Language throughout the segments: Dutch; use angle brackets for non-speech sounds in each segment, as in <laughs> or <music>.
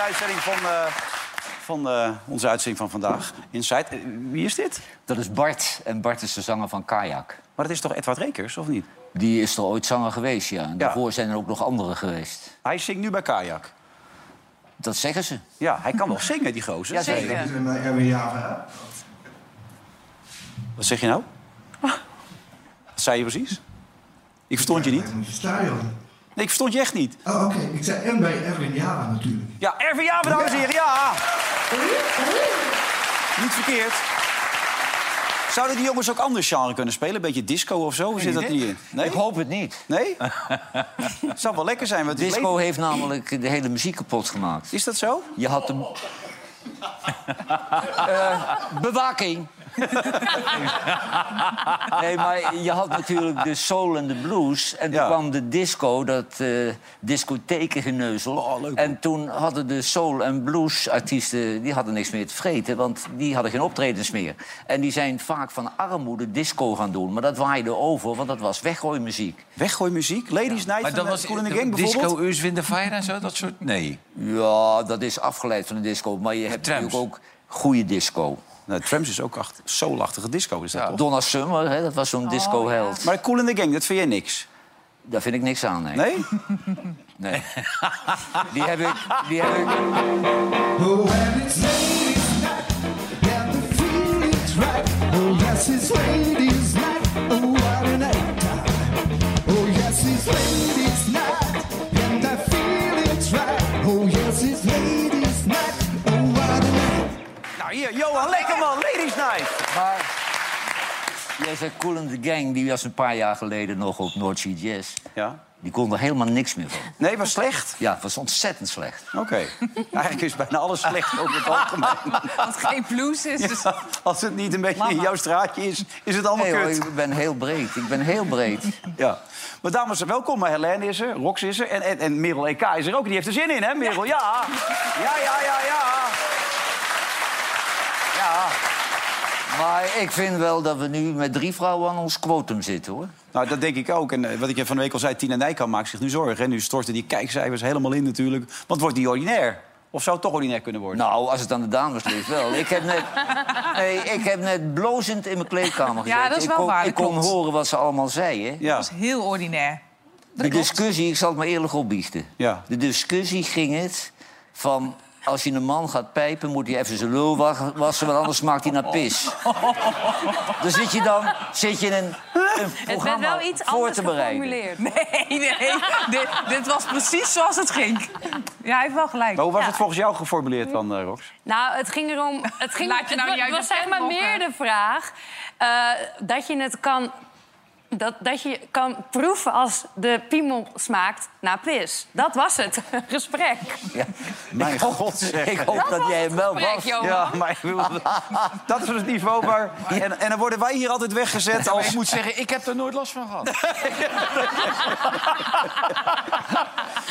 uitzending van, uh, van uh, onze uitzending van vandaag. Inside. Uh, wie is dit? Dat is Bart. En Bart is de zanger van Kajak. Maar dat is toch Edward Rekers, of niet? Die is er ooit zanger geweest, ja. En ja. daarvoor zijn er ook nog anderen geweest. Hij zingt nu bij Kajak. Dat zeggen ze. Ja, hij kan wel zingen, die gozer. Ja, zeker. Wat zeg je nou? Wat zei je precies? Ik verstond je niet. Nee, ik verstond je echt niet. Oh, oké. Okay. Ik zei en bij Erwin Java natuurlijk. Ja, Erwin Java, dames en heren, ja! Niet verkeerd. Zouden die jongens ook anders genre kunnen spelen? Een beetje disco of zo? Hoe zit dat niet in? Nee? Ik hoop het niet. Nee? <laughs> Het zou wel lekker zijn. Want disco heeft namelijk de hele muziek kapot gemaakt. Is dat zo? Je had hem... uh, Eh, bewaking. <laughs> nee, maar je had natuurlijk de soul en de blues. En toen ja. kwam de disco, dat uh, discothekengeneuzel. Oh, leuk, en toen hadden de soul- en blues-artiesten... die hadden niks meer te vreten, want die hadden geen optredens meer. En die zijn vaak van armoede disco gaan doen. Maar dat waaide over, want dat was weggooimuziek. Weggooimuziek? Ladies ja. Night maar dat was, Cool in the Gang bijvoorbeeld? Disco, Urs, Wind Fire en zo, dat soort... Nee. Ja, dat is afgeleid van de disco. Maar je hebt natuurlijk ook goede disco. Nou, Trams is ook acht, soulachtige disco, is dat ja, toch? Donna Summer, hè, dat was zo'n oh, disco-held. Ja. Maar Cool in the Gang, dat vind jij niks? Daar vind ik niks aan, nee. Nee? nee. <laughs> die heb ik... Die heb ik... Oh, and it's ladies night And the feeling's right Oh, yes, it's ladies night Oh, what a night Oh, yes, it's ladies night And the feeling's right Oh, yes, it's ladies night Oh, what a night Nou, hier, Johan Lekkerman, Ladies Night. Maar jij zei Cool in the Gang, die was een paar jaar geleden nog op Noordzee Jazz. Ja. Die kon er helemaal niks meer van. Nee, was slecht. Ja, het was ontzettend slecht. Oké. <laughs> Eigenlijk is bijna alles slecht over het algemeen. Want geen blues is. Dus... Ja, als het niet een beetje in Mama. jouw straatje is, is het allemaal Nee hoor, kut. ik ben heel breed. Ik ben heel breed. Ja. Maar dames, welkom. Maar Helene is er, Rox is er en, en, en Merel EK is er ook. Die heeft er zin in, hè, Merel? Ja. Ja, ja, ja, ja. Ja. Maar ik vind wel dat we nu met drie vrouwen aan ons quotum zitten, hoor. Nou, dat denk ik ook. En eh, wat ik je van de week al zei, Tina Nijkamp maakt zich nu zorgen. En nu storten die kijkcijfers helemaal in natuurlijk. Want het wordt niet ordinair. Of zou het toch ordinair kunnen worden? Nou, als het aan de dames ligt wel. Ik heb net, nee, ik heb net blozend in mijn kleedkamer Ja, gezeten. dat is ik wel kon, waar, dat Ik kon klopt. horen wat ze allemaal zeiden. ja. Dat is heel ordinair. De discussie, ik zal het maar eerlijk opbiechten. Ja. De discussie ging het van... als je een man gaat pijpen, moet hij even zijn lul wa- wassen... want anders smaakt hij naar <laughs> pis. Dan zit je dan zit je in een, een Het werd programma wel iets voor anders te bereiden. geformuleerd. <laughs> Nee, <laughs> nee. dit, dit was precies zoals het ging. <laughs> Ja, hij heeft wel gelijk. Maar hoe was het volgens jou geformuleerd dan, eh, Rox? Nou, het ging erom. Het, ging, Laat je nou het niet uit was de zeg maar pen lokken. meer de vraag eh, dat je het kan. Dat, dat je kan proeven als de piemel smaakt naar pis. Dat was het <laughs> gesprek. Ja. Mijn god, zeg. Ik hoop dat, jij hem wel was. Ja, maar ik bedoel, <laughs> dat is het niveau waar... En, en dan worden wij hier altijd weggezet als... Ik moet zeggen, ik heb er nooit last van gehad.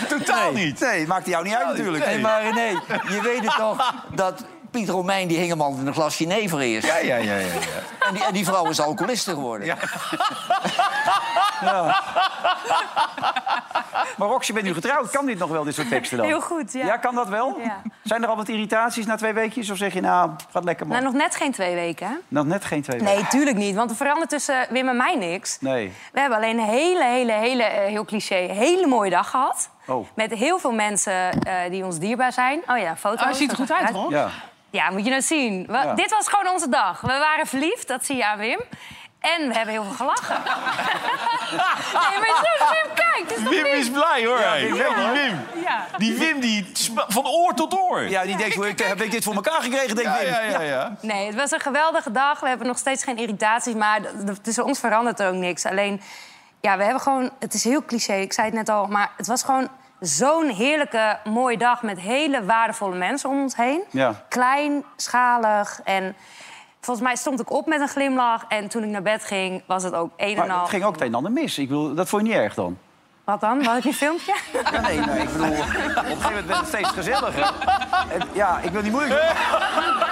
Totaal niet. Nee, maakt jou niet uit natuurlijk. Nee, maar nee, je weet het toch dat Piet Romein... die hing hem altijd in een glas Genever eerst. Ja, ja, ja, ja. En die, en die vrouw is alcoholiste geworden. <laughs> Maar Rox, je bent nu getrouwd. Kan dit nog wel, dit soort teksten dan? Heel goed, ja. kan dat wel? Ja. Zijn er al wat irritaties na twee weekjes? Of zeg je, nou, gaat lekker man. Nou, nog net geen twee weken, hè? Nog net geen twee weken. Nee, tuurlijk niet. Want er verandert tussen Wim en mij niks. Nee. We hebben alleen een hele, hele, hele, eh, heel cliché, hele mooie dag gehad. Oh. Met heel veel mensen eh, die ons dierbaar zijn. Oh ja, foto's. Oh, ziet er goed uit, hoor. Ja. Ja, moet je nou zien. We- Ja. Dit was gewoon onze dag. We waren verliefd, dat zie je aan Wim. En we hebben heel veel <laughs> gelachen. nee, maar zo, Wim, kijk. Het is toch Wim niet- is blij, hoor. hij. Wim, Kijk, ja. die Wim. Ja. Die Wim, die sma- van oor tot oor. Ja, die denkt, hoe ik- heb ik dit voor elkaar gekregen? Denk ja, ik. ja. ja, ja. Nee, het was een geweldige dag. We hebben nog steeds geen irritaties, maar d- d- tussen ons verandert er ook niks. Alleen, ja, we hebben gewoon... Het is heel cliché, ik zei het net al, maar het was gewoon... Zo'n heerlijke, mooie dag met hele waardevolle mensen om ons heen. Ja. Klein, schalig en... Volgens mij stond ik op met een glimlach. En toen ik naar bed ging, was het ook een en Maar al. het ging ook het een en ander mis. Ik bedoel, dat vond je niet erg dan? Wat dan? Wat ik een filmpje? Ja, nee, nee, ik bedoel, op een gegeven moment werd het steeds gezelliger. En, ja, ik wil niet moeilijk doen.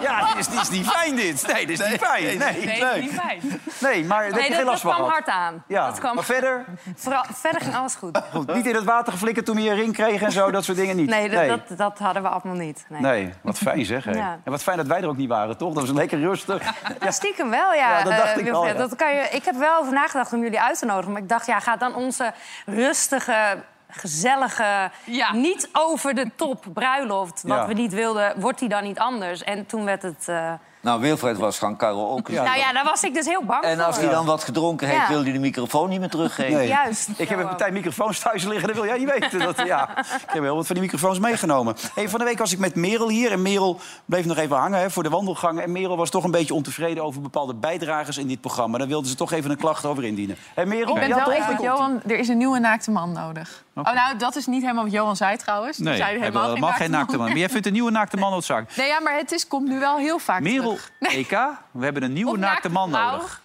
Ja, dit is, dit is niet fijn, dit. Nee, dit is niet fijn. Nee, Nee, is niet fijn. nee maar daar heb Nee, je geen dat, dat last van kwam gehad. hard aan. Ja, Dat kwam... maar verder, Vooral, verder ging alles goed. goed, niet in het water geflikkerd toen je een ring kreeg en zo, dat soort dingen niet. Nee, dat, Dat, dat hadden we allemaal niet. Nee. Nee, wat fijn zeg. hè. <laughs> Ja. En wat fijn dat wij er ook niet waren, toch? Dat was lekker <laughs> rustig. Ja, Stiekem wel, ja. Ja, dat dacht eh, ik wel, Wilfred. ja. Dat kan je, ik heb wel over nagedacht om jullie uit te nodigen. Maar ik dacht, ja, ga dan onze rustige, gezellige, Ja. niet over de top bruiloft... wat Ja. we niet wilden, wordt die dan niet anders? En toen werd het... eh, Nou, Wilfred was gaan karaoke. Ja. Nou ja, daar was ik dus heel bang En voor. als hij dan wat gedronken heeft, Ja. wil hij de microfoon niet meer teruggeven. Nee. Juist. Ik heb een Zo. partij microfoons thuis liggen, dat wil jij niet weten. Dat, ja. <laughs> Ik heb heel wat van die microfoons meegenomen. Hey, van de week was ik met Merel hier. En Merel bleef nog even hangen hè, voor de wandelgangen. En Merel was toch een beetje ontevreden over bepaalde bijdragers in dit programma. Daar wilde ze toch even een klacht over indienen. Hé Merel, Ik Oh, ben ja, wel toch? even met Johan. Er is een nieuwe naakte man nodig. Oh, nou, dat is niet helemaal wat Johan zei trouwens. Nee, Toen zei hij helemaal, helemaal geen naakte man. man. Maar <laughs> jij vindt een nieuwe naakte man noodzaak. Nee, ja, maar het is, komt nu wel heel vaak Merel, terug. EK, we hebben een nieuwe Of naakte man vrouw. nodig.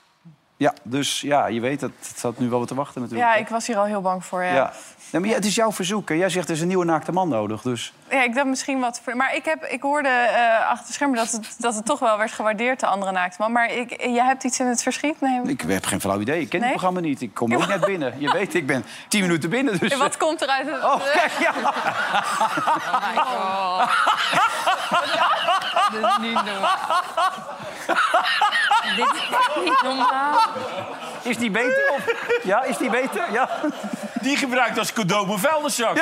Ja, dus ja, je weet, dat het zat nu wel wat te wachten natuurlijk. Ja, ik was hier al heel bang voor. Ja. Ja. Nee, maar ja, het is jouw verzoek. hè. Jij zegt er is een nieuwe naakte man nodig. Dus Ja, ik dacht misschien wat. ver- Maar ik, heb, ik hoorde eh, achter de schermen dat het, dat het toch wel werd gewaardeerd, de andere naaktman. Maar ik, jij hebt iets in het verschiet? Nee. ik heb geen flauw idee. Ik ken Nee? het programma niet. Ik kom ook net binnen. Je weet, ik ben tien minuten binnen. Dus... En Wat komt er uit het. Oh, kijk, ja. Oh Dit is niet normaal. Is die beter? Of... Ja, is die beter? Ja. Die gebruikt als cadeau mijn vuilniszak.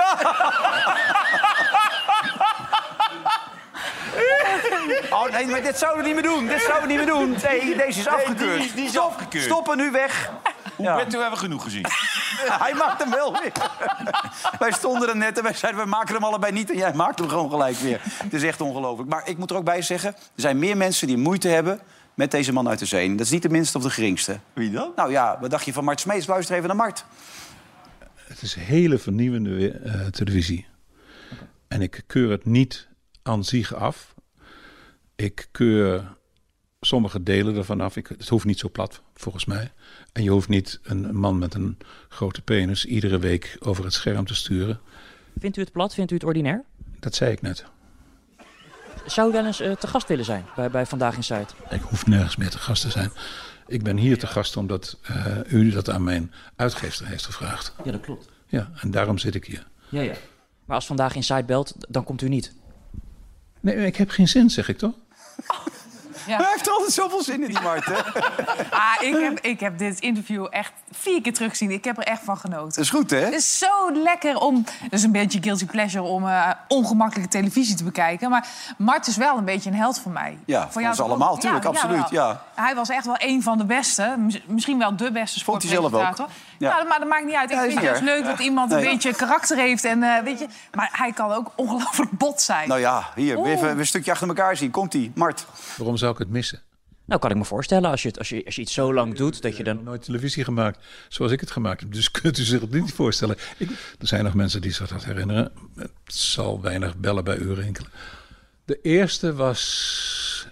Oh, nee, maar dit zouden we niet meer doen. Dit zouden we niet meer doen. Nee, deze is afgekeurd. die is- die is Stop, afgekeurd. Stoppen nu weg. Ja. Bent u hebben genoeg gezien. Hij maakt hem wel weer. wij stonden er net en wij zeiden, we maken hem allebei niet. En jij maakt hem gewoon gelijk weer. Het is echt ongelooflijk. Maar ik moet er ook bij zeggen, er zijn meer mensen die moeite hebben... met deze man uit de zee. En Dat is niet de minste of de geringste. Wie dan? Nou ja, wat dacht je van Mart Smeets? Luister even naar Mart. Het is hele vernieuwende we- eh, televisie. En ik keur het niet aan zich af. Ik keur sommige delen ervan af. Ik, het hoeft niet zo plat, volgens mij. En je hoeft niet een man met een grote penis iedere week over het scherm te sturen. Oh, Vindt u het plat? Vindt u het ordinair? Dat zei ik net. Zou u wel eens eh, te gast willen zijn bij, bij Vandaag in Zuid? Ik hoef nergens meer te gast te zijn. Ik ben hier te gast omdat eh, u dat aan mijn uitgeefster heeft gevraagd. Ja, dat klopt. Ja, en daarom zit ik hier. Ja, ja. Maar als Vandaag in Zuid belt, d- dan komt u niet. Nee, ik heb geen zin, zeg ik toch? Hij heeft altijd zoveel zin in die Marten. Ah, ik heb, ik heb dit interview echt vier keer teruggezien. Ik heb er echt van genoten. is goed, hè? Het is zo lekker om... Het is een beetje guilty pleasure om eh, ongemakkelijke televisie te bekijken. Maar Mart is wel een beetje een held voor mij. Ja, Voor voor jou ons toch ook? allemaal, tuurlijk, absoluut, wel. ja. Hij was echt wel een van de beste. mis- Misschien wel de beste Vond hij zelf ook. sportpresentator. Ja. Nou, maar dat maakt niet uit. Ik Ja, is vind het niet juist erg. leuk dat iemand een Nee. beetje karakter heeft. En, eh, weet je, maar hij kan ook ongelooflijk bot zijn. Nou ja, hier, Oeh. even een stukje achter elkaar zien. Komt-ie, Mart. Waarom zou ik het missen? eh, Nou, kan ik me voorstellen, als je, het, als je, als je iets zo lang doet, dat je dan... nooit televisie gemaakt zoals ik het gemaakt heb. Dus <laughs> kunt u zich het niet voorstellen. Ik, er zijn nog mensen die zich dat herinneren. Het zal weinig bellen bij u rinkelen. De eerste was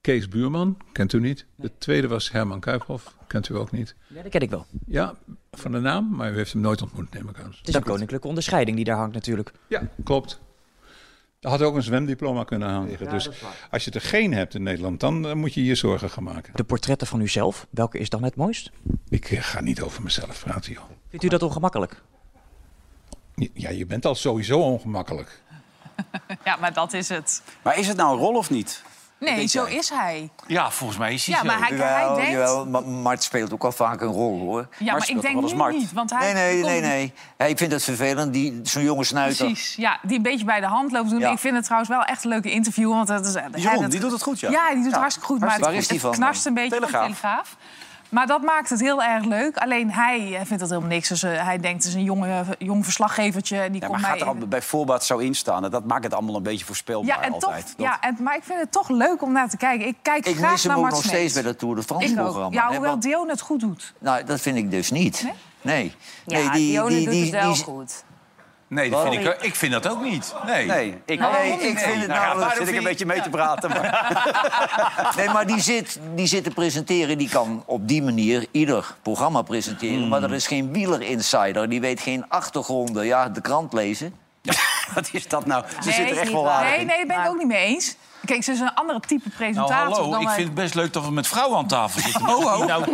Kees Buurman, kent u niet. De tweede was Herman Kuiphoff, kent u ook niet. Ja, dat ken ik wel. Ja, van de naam, maar u heeft hem nooit ontmoet, neem ik aan. Het is een koninklijke onderscheiding die daar hangt natuurlijk. Ja, klopt. Hij had ook een zwemdiploma kunnen aanleggen. Ja, dus dat is waar. als je er geen hebt in Nederland, dan eh, moet je je zorgen gaan maken. De portretten van uzelf, welke is dan het mooist? Ik eh, ga niet over mezelf praten, joh. Vindt u dat ongemakkelijk? Ja, je bent al sowieso ongemakkelijk. Ja, maar dat is het. Maar is het nou een rol of niet? Nee, zo is hij. Ja, volgens mij is Ja, maar hij, hij Jawel, denkt... jawel, maar Mart speelt ook al vaak een rol, hoor. Ja, maar ik speelt toch denk wel nu eens Mart? niet, want hij... Nee, nee, komt- nee, nee. Hij vindt het vervelend, die- zo'n jonge snuiter. Precies, ja, die een beetje bij de hand loopt doen. Ja. Ik vind het trouwens wel echt een leuke interview. Want dat is, Jeroen, die doet het goed, ja. Ja, die doet het Ja, hartstikke hartstikke goed. maar het, goed. Waar is die het van knarst dan? een beetje Telegraaf. van de Telegraaf. Maar dat maakt het heel erg leuk. Alleen hij eh, vindt dat helemaal niks. Dus eh, hij denkt, het is een jonge, jong verslaggevertje. en Ja, Die maar komt gaat mij er al bij voorbaat zo in staan. En dat maakt het allemaal een beetje voorspelbaar ja, en toch, altijd. Dat- ja en, maar ik vind het toch leuk om naar te kijken. Ik kijk Ik graag mis hem naar ook Mart nog Smeets. steeds bij dat Tour de France Ik ook. programma. Ja, hè, hoewel want- Dion het goed doet. nou, dat vind ik dus niet. Nee? Nee, Ja, Dione doet het wel goed. Nee, dat vind Waarom? ik, ik vind dat ook niet. Nee, Nee, ik, Nou, nee, waarom ik niet? vind het Nou ja, nou, waarom zit ik vind een je- beetje mee te praten. Maar... Nee, maar die zit, die zit te presenteren. Die kan op die manier ieder programma presenteren. Hmm. Maar er is geen wieler-insider. Die weet geen achtergronden. Ja, de krant lezen. <laughs> Wat is dat nou? Ze Nee, zit er is echt niet wel waar. aardig Nee, in. nee, daar ben Nou. ik ook niet mee eens. Kijk, ze is een andere type Nou, presentator. hallo, dan ik wij. vind het best leuk dat we met vrouwen aan tafel zitten. Maar als die Nou,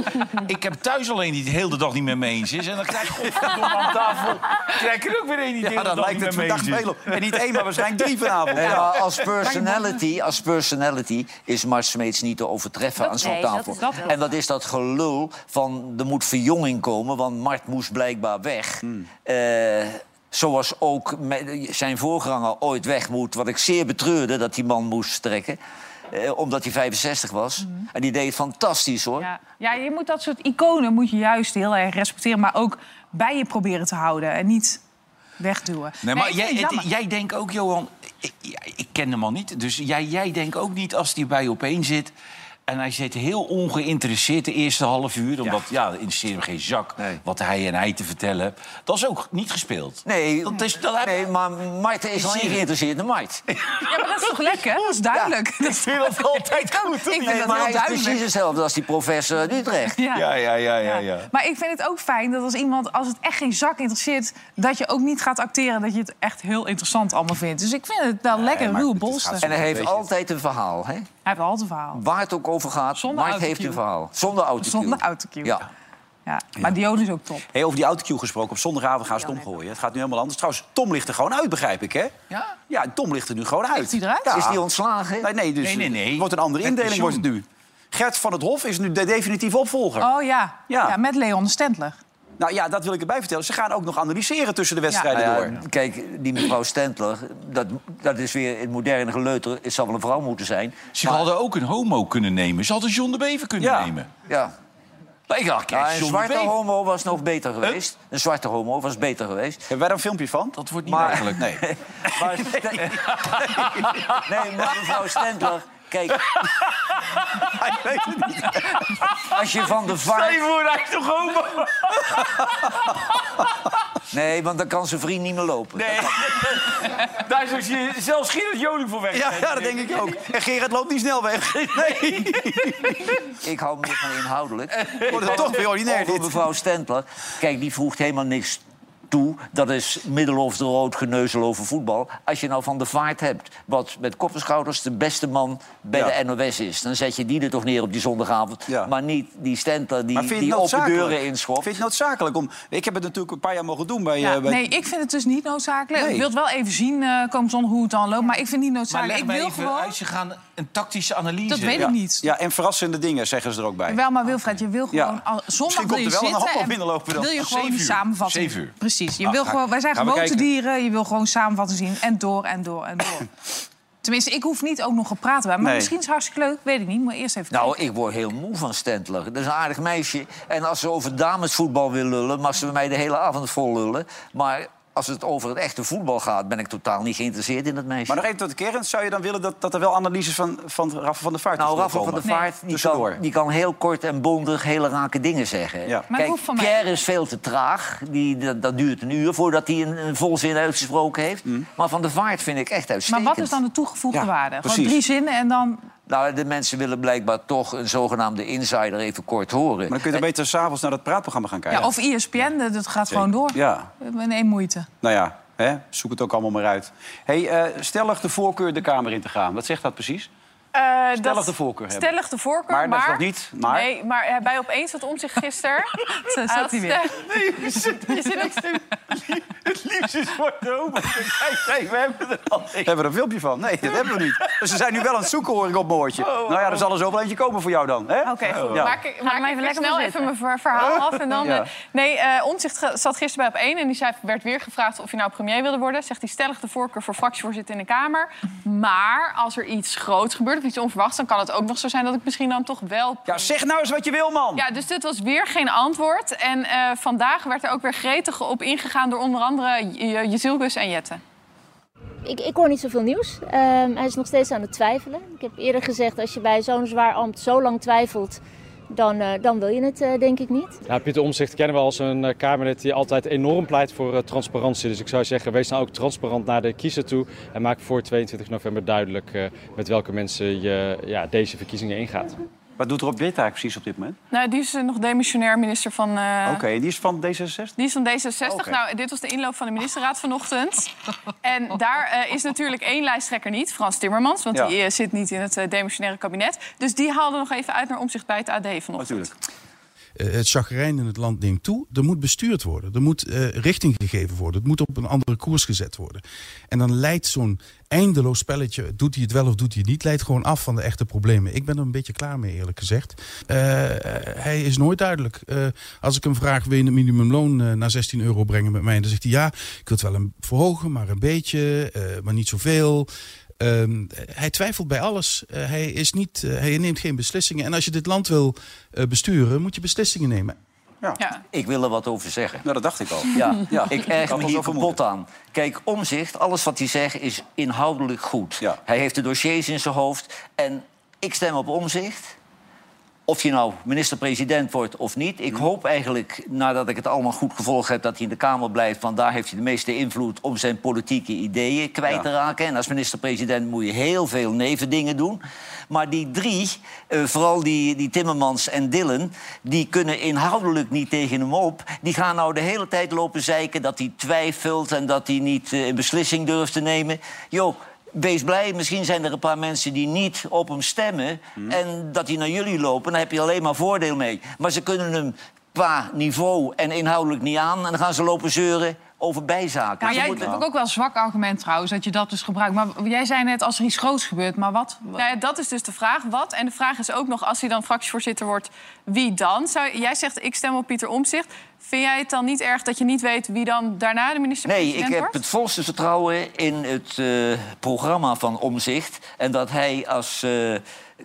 ik heb thuis alleen die het de hele dag niet meer mee eens is. En dan krijg ik godverdomme aan tafel. Krijg ik er ook weer een die de hele Ja, dat dag lijkt niet het meer vandaag mee eens veel op. En niet één, maar waarschijnlijk drie vanavond. Nee, maar als personality, als personality is Mart Smeets niet te overtreffen aan zo'n nee, dat tafel. is dat wel. en wat is dat gelul van er moet verjonging komen, want Mart moest blijkbaar weg. Mm. Eh, zoals ook me- zijn voorganger ooit weg moet, wat ik zeer betreurde dat die man moest trekken. eh, omdat hij 65 was. En die deed het fantastisch hoor. Mhm. Ja. ja, je moet dat soort iconen moet je juist heel erg respecteren. Maar ook bij je proberen te houden en niet wegduwen. Nee, maar ik jij, vind het het- jammer. jij denkt ook, Johan... Ik, ja, ik ken hem al niet, dus jij, jij denkt ook niet als hij bij opeen zit... en hij zit heel ongeïnteresseerd de eerste half uur... omdat, ja, dat interesseert hem geen zak Nee. wat hij en hij te vertellen hebben. Dat is ook niet gespeeld. Nee, Dat is, dat heb- nee, maar Mart is al niet geïnteresseerd in Mart. Ja, maar dat is toch lekker? Dat is duidelijk. Dat is- vind <laughs> dat altijd goed. ik vind Nee, dat maar heel hij is duidelijk. precies hetzelfde als die professor uit Utrecht. Ja. Ja, ja, ja, ja, ja. Maar ik vind het ook fijn dat als iemand, als het echt geen zak interesseert... dat je ook niet gaat acteren dat je het echt heel interessant allemaal vindt. Dus ik vind het wel lekker maar ruw het bolster. gaat Hij En hij heeft altijd een verhaal, hè? heeft altijd een verhaal. Waar het ook over gaat, Zonder Mart heeft autocue. een verhaal. Zonder autocue. Zonder autocue. Ja. Ja. Maar Dion is ook top. Hey, over die autocue gesproken, op zondagavond gaan ze het omgooien. Het gaat nu helemaal anders. Trouwens, Tom ligt er gewoon uit, begrijp ik, hè? Ja? Ja, Tom ligt er nu gewoon uit. Ligt hij eruit? Ja. Is die ontslagen? Nee, nee, dus Nee, nee, nee. het wordt een andere Met indeling wordt het nu. Gert van het Hof is nu de definitieve opvolger. Oh ja. Ja. ja. met Leon de Stendler. Nou ja, dat wil ik erbij vertellen. Ze gaan ook <laughs> nog analyseren tussen de wedstrijden Nou door. ja, kijk, die mevrouw Stentler, dat, dat is weer het moderne geleuter. Het zal wel een vrouw moeten zijn. Ze Maar- hadden ook een homo kunnen nemen. Ze hadden John de Bever kunnen Ja. nemen. Ja. Maar ik dacht, Ja, kijk, een John de zwarte Bever. homo was nog beter geweest. Een zwarte homo was beter geweest. Hebben wij daar een filmpje van? Dat wordt niet Maar- eigenlijk. Nee. <laughs> Maar Ste- <laughs> nee, maar mevrouw Stentler, <laughs> kijk, Ik weet het niet. als je van de vaart... voor, hij is toch homo? <laughs> Nee, want dan kan zijn vriend niet meer lopen. Nee. Daar is je zelfs Gerard Joling voor weg. Ja, ja, dat denk ik ook. En Gerard loopt niet snel weg. <laughs> Nee. Ik hou meer van <laughs> inhoudelijk. Wordt het toch weer ordinair, Over dit. mevrouw Stentler. Kijk, die voegt helemaal niks toe. Dat is middel of de rood geneuzel over voetbal. Als je nou van de vaart hebt, wat met kop en schouders de beste man bij Ja. de NOS is... dan zet je die er toch neer op die zondagavond. Maar niet die Stentler Maar die, vind je die het open noodzakelijk? deuren inschopt. Vind je het noodzakelijk om... Ik heb het natuurlijk een paar jaar mogen doen bij... Ja, eh, bij- nee, ik vind het dus niet noodzakelijk. Nee. Ik wil het wel even zien, eh komen zon hoe het dan loopt. Maar ik vind het niet Maar noodzakelijk. leg Ik mij wil even gewoon... uit, ze gaan een tactische analyse. Dat weet ik Ja. niet. Ja, en verrassende dingen zeggen ze er ook bij. Wel, maar Wilfred, je wil Ja. gewoon... al- Zondag Misschien wil komt je er wel een zitten handbal en binnenlopen dan. wil je gewoon Zeven die uur. samenvatting. Zeven uur. Precies. Je Ah, wil ga- gewoon, wij zijn gaan we gewoontedieren. Je wil gewoon samenvatting zien. En door en door en <laughs> door. Tenminste, ik hoef niet ook nog gepraat te hebben. Maar Nee. misschien is het hartstikke leuk. Weet ik niet. Maar eerst even Nou, ik word heel moe van Stentler. Dat is een aardig meisje. En als ze over damesvoetbal wil lullen, mag ze bij mij de hele avond vol lullen. Maar als het over het echte voetbal gaat, ben ik totaal niet geïnteresseerd in dat meisje. Maar nog even tot de kern. Zou je dan willen dat, dat er wel analyses van, van Rafa van der Vaart Nou, tussen Rafa van komen? der Vaart die kan, Tussendoor. die kan heel kort en bondig hele rake dingen zeggen. Maar Kijk, hoeft van mij- Pierre is veel te traag. Die, dat, dat duurt een uur voordat hij een, een volzin uitgesproken heeft. Mm. Maar van der Vaart vind ik echt Maar uitstekend. wat is dan de toegevoegde Ja, waarde? Gewoon precies. drie zinnen en dan... Nou, de mensen willen blijkbaar toch een zogenaamde insider even kort horen. Eh, Maar dan kun je er beter s'avonds naar dat praatprogramma gaan kijken. Ja, of E ISPN, dat- dat gaat gewoon door. Ja. Met één moeite. Nou ja, hè? zoek het ook allemaal maar uit. Hey, eh stellig de voorkeur de Kamer in te gaan. Wat zegt dat precies? Eh, Stellig de voorkeur hebben. Stellig de voorkeur, Maar maar... dat is nog niet, maar- Nee, maar eh, bij Opeens zat om zich <laughs> gisteren... Zo zat hij weer. Nee, je <laughs> zit, je zit ook te- Het liefst is voor de open. Kijk, kijk, we hebben er al We hebben er een filmpje van. Nee, dat hebben we niet. Dus ze zijn nu wel aan het zoeken, hoor ik op mijn oortje. oh, nou ja, er zal er zo wel eentje komen voor jou dan. Oké, goed. Maak ik, maak hem ik even lekker snel maar even zitten. mijn ver- verhaal af. En dan, Ja. eh, nee, Omzicht zat gisteren bij op één en die zei, werd weer gevraagd of hij nou premier wilde worden. Zegt hij stellig de voorkeur voor fractievoorzitter in de Kamer. Maar als er iets groots gebeurt of iets onverwachts... dan kan het ook nog zo zijn dat ik misschien dan toch wel... Ja, zeg nou eens wat je wil, man. Ja, dus dit was weer geen antwoord. En eh, vandaag werd er ook weer gretig op ingegaan... door onder andere J- J- Jezilgus en Jette. Ik, ik hoor niet zoveel nieuws. Ehm, hij is nog steeds aan het twijfelen. Ik heb eerder gezegd, als je bij zo'n zwaar ambt zo lang twijfelt, dan, eh, dan wil je het eh, denk ik niet. Ja, Pieter Omzicht kennen we als een eh, Kamerlid die altijd enorm pleit voor eh, transparantie. Dus ik zou zeggen, wees nou ook transparant naar de kiezer toe. En maak voor 22 november duidelijk eh, met welke mensen je ja, deze verkiezingen ingaat. Wat doet Rob Witt eigenlijk precies op dit moment? Nou, die is eh, nog demissionair minister van... eh, Oké, die is van D66. Die is van D66. Oh, Oké. Nou, dit was de inloop van de ministerraad <laughs> vanochtend. En daar eh, is natuurlijk één lijsttrekker niet, Frans Timmermans. Want Ja. die eh, zit niet in het eh, demissionaire kabinet. Dus die haalde nog even uit naar omzicht bij het AD vanochtend. Natuurlijk. Eh, het chagrijn in het land neemt toe. Er moet bestuurd worden. Er moet eh, richting gegeven worden. Het moet op een andere koers gezet worden. En dan leidt zo'n eindeloos spelletje, doet hij het wel of doet hij het niet, leidt gewoon af van de echte problemen. Ik ben er een beetje klaar mee, eerlijk gezegd. Eh, hij is nooit duidelijk. Eh, als ik hem vraag, wil je het minimumloon eh, naar 16 euro brengen met mij? Dan zegt hij ja, ik wil het wel een verhogen, maar een beetje, eh, maar niet zoveel. Ehm, hij twijfelt bij alles. Eh, hij, is niet, eh, hij neemt geen beslissingen. En als je dit land wil eh, besturen, moet je beslissingen nemen. Ik wil er wat over zeggen. Nou, dat dacht ik al. <laughs> Ja, Ja. ik Ik erg had me al hier zo kapot aan. Kijk, omzicht, alles wat hij zegt is inhoudelijk goed. Hij heeft de dossiers in zijn hoofd. En ik stem op omzicht. Of je nou minister-president wordt of niet. Ik hoop eigenlijk, nadat ik het allemaal goed gevolgd heb... dat hij in de Kamer blijft, want daar heeft hij de meeste invloed... om zijn politieke ideeën kwijt te raken. En als minister-president moet je heel veel nevendingen doen. Maar die drie, eh, vooral die, die Timmermans en Dillen... die kunnen inhoudelijk niet tegen hem op. Die gaan nou de hele tijd lopen zeiken dat hij twijfelt... en dat hij niet eh, een beslissing durft te nemen. Jo, Wees blij, misschien zijn er een paar mensen die niet op hem stemmen. En dat die naar jullie lopen, daar heb je alleen maar voordeel mee. Maar ze kunnen hem qua niveau en inhoudelijk niet aan. En dan gaan ze lopen zeuren over bijzaken. Maar Ze jij moeten- hebt ook wel een zwak argument trouwens, dat je dat dus gebruikt. Maar jij zei net, als er iets groots gebeurt, maar wat? Nou ja, dat is dus de vraag. Wat? En de vraag is Dus ook nog, als hij dan fractievoorzitter wordt, wie dan? Zou, jij zegt, ik stem op Pieter Omzicht. Vind jij het dan niet erg dat je niet weet wie dan daarna de Nee, minister-president ik heb wordt? het volste vertrouwen in het eh, programma van Omzicht. En dat hij als eh,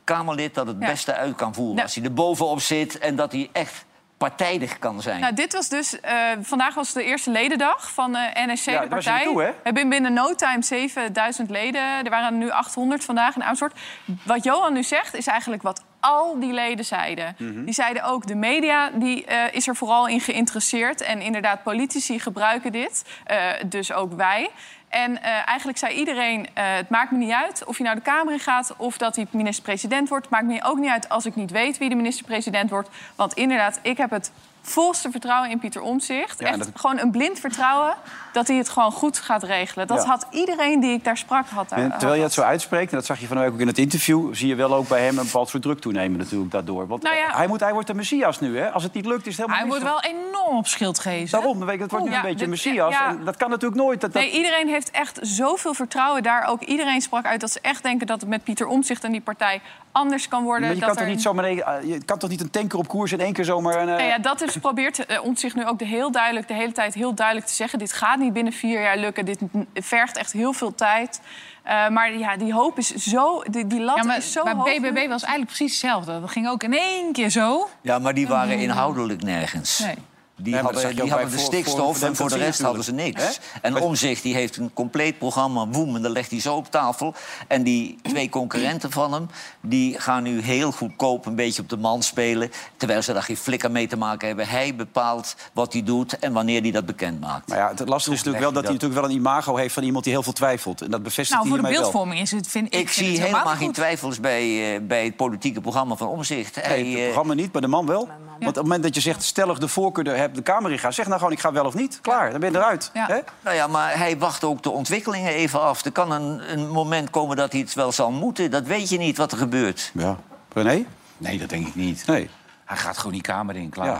Kamerlid dat het Ja. beste uit kan voeren. Nou. Als hij er bovenop zit en dat hij echt partijdig kan zijn. Nou, dit was dus... eh, vandaag was de eerste ledendag van eh NSC, daar de was je partij. naartoe, hè? We hebben binnen no time 7000 leden. Er waren er nu 800 vandaag in Amersfoort. Wat Johan nu zegt, is eigenlijk wat al die leden zeiden. Mhm. Die zeiden ook, de media die, eh, is er vooral in geïnteresseerd. En inderdaad, politici gebruiken dit, eh, dus ook wij. En eh, eigenlijk zei iedereen, eh, het maakt me niet uit of je nou de Kamer in gaat... of dat hij minister-president wordt. Het maakt me ook niet uit als ik niet weet wie de minister-president wordt. Want inderdaad, ik heb het volste vertrouwen in Pieter Omtzigt. Ja, en Echt dat- gewoon een blind vertrouwen dat hij het gewoon goed gaat regelen. Dat Ja. had iedereen die ik daar sprak, had daar. En terwijl je het zo uitspreekt, en dat zag je van de week ook in het interview... zie je wel ook bij hem een bepaald soort druk toenemen natuurlijk daardoor. Want Nou ja. hij, moet, hij wordt de Messias nu, hè? Als het niet lukt, is het helemaal Hij mis wordt van- wel enorm op schild gegeven. Daarom, dat weet ik, het wordt nu Oeh, een ja, beetje een dit- Messias. ja. En dat kan natuurlijk nooit. Dat, dat... Nee, iedereen heeft echt zoveel vertrouwen daar. Ook iedereen sprak uit dat ze echt denken dat het met Pieter Omzicht en die partij anders kan worden. Maar je dat kan, toch er- niet zomaar, eh, je kan toch niet een tanker op koers in één keer zomaar... Een, eh, Nou ja, dat is, probeert eh, Omtzigt nu ook de, heel duidelijk, de hele tijd heel duidelijk te zeggen. Dit gaat niet binnen vier jaar lukken. Dit n- vergt echt heel veel tijd. Eh, maar ja, die hoop is zo... Die, die lat Ja, maar is zo bij hoog. BBB was eigenlijk precies hetzelfde. Dat ging ook in één keer zo. Ja, maar die waren inhoudelijk nergens. Oh, Nee. Die Nee, maar dat zag hadden, je die ook hadden bij de voor- stikstof voor en voor de democratie rest hadden ze natuurlijk. niks. En Omzicht die heeft een compleet programma, woem, en dat legt hij zo op tafel. En die twee concurrenten van hem, die gaan nu heel goedkoop een beetje op de man spelen... terwijl ze daar geen flikker mee te maken hebben. Hij bepaalt wat hij doet en wanneer hij dat bekend maakt. Maar ja, het lastige is natuurlijk wel dat hij natuurlijk wel een imago heeft van iemand die heel veel twijfelt. En dat bevestigt Nou, hij voor de hiermee wel. beeldvorming is het, vind ik, Ik, vind het zie helemaal helemaal niet geen goed. twijfels bij, eh, bij het politieke programma van Omzicht. eh, Nee, het programma niet, maar de man wel. Want op het moment dat je zegt, stellig de voorkeur er- heb de Kamer in gaan... zeg nou gewoon, ik ga wel of niet. Klaar, dan ben je eruit. hè? Nou ja, maar hij wacht ook de ontwikkelingen even af. Er kan een, een moment komen dat hij het wel zal moeten. Dat weet je niet wat er gebeurt. <laughs> Ja. René? Nee, dat denk ik niet. Nee. Hij gaat gewoon die kamer in, klaar. Ja.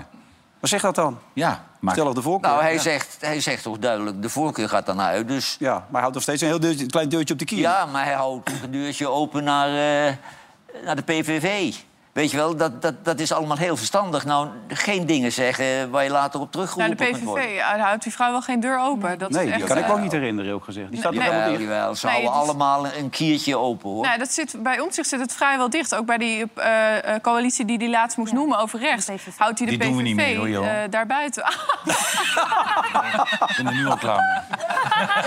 Maar zeg dat dan. Ja, maar... Stellig de voorkeur. Nou, hij, Ja. zegt, hij zegt toch duidelijk, de voorkeur gaat dan naar uit. Dus... Ja, maar hij houdt nog steeds een heel deurtje- klein deurtje op de kier. Ja, maar hij houdt een deurtje open naar, eh, naar de PVV. Weet je wel, dat, dat, dat is allemaal heel verstandig. Nou, geen dingen zeggen waar je later op Nou, de teruggeroepen kunt worden. PVV, daar houdt die vrouw wel geen deur open. Dat nee, is die echt, kan ik me eh, ook niet herinneren, heel gezegd. Die staat Nee. er helemaal Jawel, dicht. Jawel, ze Nee, houden dat is- allemaal een- een kiertje open, hoor. Nou, dat zit, bij Omtzigt zit het vrijwel dicht. Ook bij die eh, eh, coalitie die die laatst moest noemen over rechts... houdt hij Die de PVV doen we niet meer, hoor, Johan. eh, <laughs> daarbuiten. Ik ben er nu al klaar mee.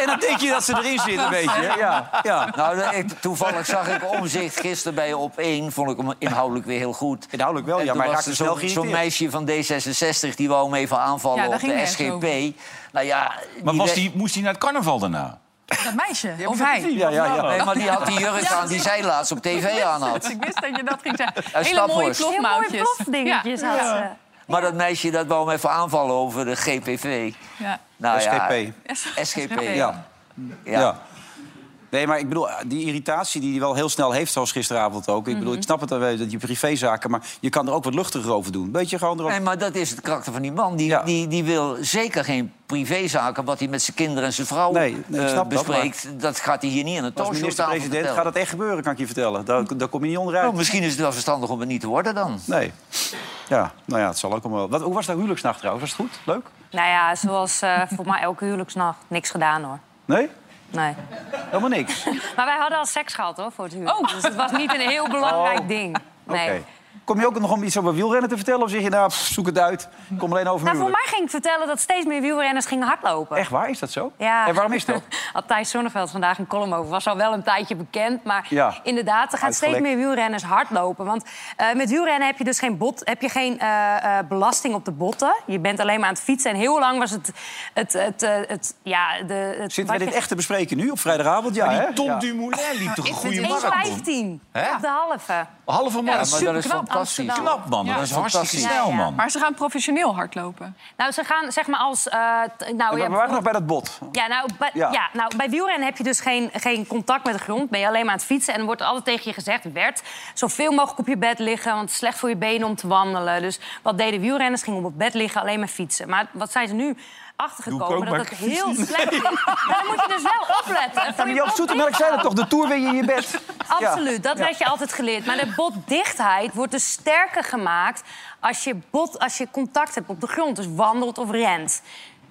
En dan denk je dat ze erin zitten, weet je. Ja, ja. Nou, dat- ik- toevallig zag ik omzicht gisteren bij op één. Vond ik hem inhoudelijk weer heel goed. Inhoudelijk wel, ja, maar hij raakte snel Zo'n geïrriteerd. meisje van D66 die wou hem even aanvallen Ja, daar op ging de nergens SGP. over. Nou ja, Maar was we- die, moest hij naar het carnaval daarna? Dat meisje, of hij. Ja, ja, ja. Nee, maar die had die jurk Ja, aan die zij laatst op tv aan had. Ik wist dat je dat ging zeggen. Uit Hele mooie Staphorst. plofmouwtjes. Heel mooie plofdingetjes Ja. had ze. Ja. Maar dat meisje dat wou hem even aanvallen over de GPV. Ja. Nou, SGP. Ja, SGP. Ja. Ja. Ja. Nee, maar ik bedoel, die irritatie die hij wel heel snel heeft, zoals gisteravond ook. Ik bedoel, ik snap het dat we- dat je privézaken, maar je kan er ook wat luchtiger over doen. Weet je, gewoon erop. Nee, maar dat is het karakter van die man. Die, die, die wil zeker geen privézaken... wat hij met zijn kinderen en zijn vrouw Nee, nee, ik eh, snap dat, bespreekt. Dat, gaat hij hier niet aan een Als talkshow minister-president gaat dat echt gebeuren, kan ik je vertellen. Daar, daar kom je niet onderuit. Nou, misschien is het wel verstandig om het niet te worden dan. Nee. Ja, nou ja, het zal ook allemaal wel. Wat, hoe was dat huwelijksnacht trouwens? Was het goed? Leuk? Nou ja, zoals eh <laughs> volgens mij elke huwelijksnacht. Niks gedaan hoor. Nee? Nee. Helemaal niks? Oké. Maar wij hadden al seks gehad hoor, voor het huwelijk. Dus het was niet een heel belangrijk Oh. ding. Nee. Kom je ook nog om iets over wielrennen te vertellen? Of zeg je, nou, pff, zoek het uit. Kom alleen over mijn Nou, voor mij huwelijk. ging ik vertellen dat steeds meer wielrenners gingen hardlopen. Echt waar? Is dat zo? Ja. En waarom is dat? Had Thijs Zonneveld vandaag een column over. Was al wel een tijdje bekend. Maar Ja. inderdaad, er gaan steeds Uitgelekt. meer wielrenners hardlopen. Want eh, met wielrennen heb je dus geen, bot, heb je geen eh, eh, belasting op de botten. Je bent alleen maar aan het fietsen. En heel lang was het... het, het, eh, het, ja, de, het Zitten wij wat dit je- echt te bespreken nu, op vrijdagavond? Ja, Maar die hè? Tom ja. Dumoulin liep toch een goede marathon? 1,15 Hè? op de halve. Halve Ja, marathon. maar dat is Superknap, fantastisch. Amsterdam. Knap, man. Ja, Dat is hartstikke fantastisch. snel, Ja, ja. man. Maar ze gaan professioneel hardlopen. Nou, ze gaan zeg maar als... eh, t- nou, We ja, waren nog bij dat bot. Ja, nou, bij, Ja. ja. nou, bij wielrennen heb je dus geen, geen contact met de grond. Ben je alleen maar aan het fietsen. En er wordt altijd tegen je gezegd... Bert, zoveel mogelijk op je bed liggen... want het is slecht voor je benen om te wandelen. Dus wat deden wielrenners? Gingen op het bed liggen, alleen maar fietsen. Maar wat zijn ze nu Doe ik achtergekomen? ook, Dat maar het ik fiets heel niet. slecht is. Maar dan moet je dus wel opletten. Voor je Joop bot Zoetemelk zei dat toch? De Tour win je in je bed. <laughs> Absoluut, Ja. dat werd je altijd geleerd. Maar de botdichtheid wordt dus sterker gemaakt als je, bot, als je contact hebt op de grond. Dus wandelt of rent.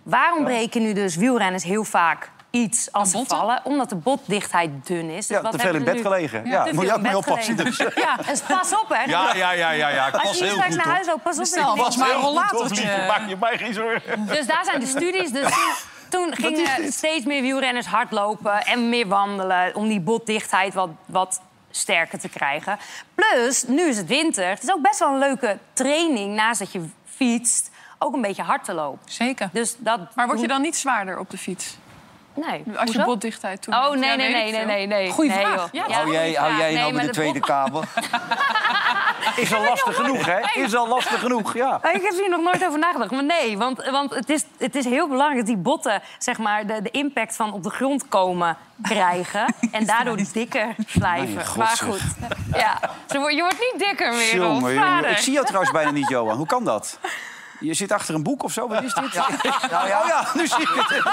Waarom breken nu dus wielrenners heel vaak iets als ze vallen? Omdat de botdichtheid dun is. Dus Ja, wat te veel hebben in we bed nu? gelegen. Ja, te moet je veel ook mee in bed oppassen gelegen. dus. Ja, dus pas op, hè. Ja, ja, ja, ja, ja. Ik Als was je hier heel straks goed naar op. huis loopt, pas Dus op. Snel, dat je was niks maar doet. een later. Maak je mij geen zorgen. Dus daar zijn de studies. <laughs> Dus toen- toen gingen steeds meer wielrenners hardlopen en meer wandelen... om die botdichtheid wat, wat sterker te krijgen. Plus, nu is het winter. Het is ook best wel een leuke training naast dat je fietst. Ook een beetje hard te lopen. Zeker. Dus dat... Maar word je dan niet zwaarder op de fiets? Nee. Als je Hoezo? botdichtheid toeneemt? Oh, nee, Ja, nee, weet ik nee, nee, veel. nee, nee. Goeie nee, vraag. joh. Ja, hou jij, hou jij Nee, nou maar bij de de Tweede Kamer? Is al lastig genoeg, hè? Is al lastig genoeg, ja. Maar Oh, Ik heb hier nog nooit over nagedacht. Maar nee, want, want het, is, het is heel belangrijk dat die botten zeg maar, de, de impact van op de grond komen <laughs> krijgen. En daardoor dikker blijven. nou Mijn god, maar zeg. goed, ja. Ze wo- je wordt niet dikker meer. Jongen, jongen, ik zie jou trouwens bijna niet, Johan. Hoe kan dat? Je zit achter een boek of zo? Wat is dit? Ja. Nou ja. Oh <laughs> ja, nu zie ik het.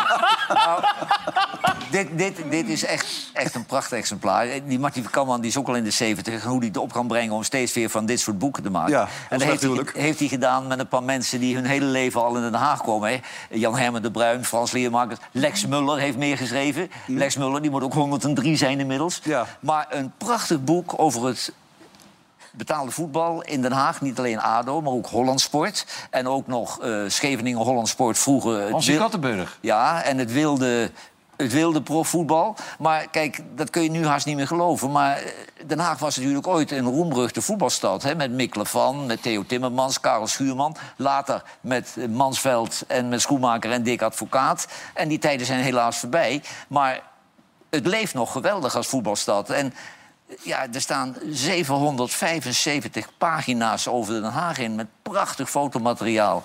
Dit, dit, dit is echt, echt een prachtig exemplaar. Eh, Die Martin van Kamman die is ook al in de 70. Hoe die het op kan brengen om steeds weer van dit soort boeken te maken. Ja, en ons dat heeft hij, natuurlijk. heeft hij gedaan met een paar mensen die hun hele leven al in Den Haag komen. Hè? Jan Hermen de Bruin, Frans Leermakers. Lex Muller heeft meer geschreven. Hm. Lex Muller, die moet ook 103 zijn inmiddels. Maar een prachtig boek over het betaalde voetbal in Den Haag. Niet alleen ADO, maar ook Holland Sport. En ook nog eh, Scheveningen Holland Sport vroeger. het Hansi wil- Kattenburg. Ja, en het wilde, het wilde profvoetbal. Maar kijk, dat kun je nu haast niet meer geloven. Maar eh, Den Haag was natuurlijk ooit een roemruchte voetbalstad. Hè? Met Mick Levan, met Theo Timmermans, Karel Schuurman. Later met eh, Mansveld en met Schoenmaker en Dick Advocaat. En die tijden zijn helaas voorbij. Maar het leeft nog geweldig als voetbalstad. En ja, er staan 775 pagina's over Den Haag in... met prachtig fotomateriaal.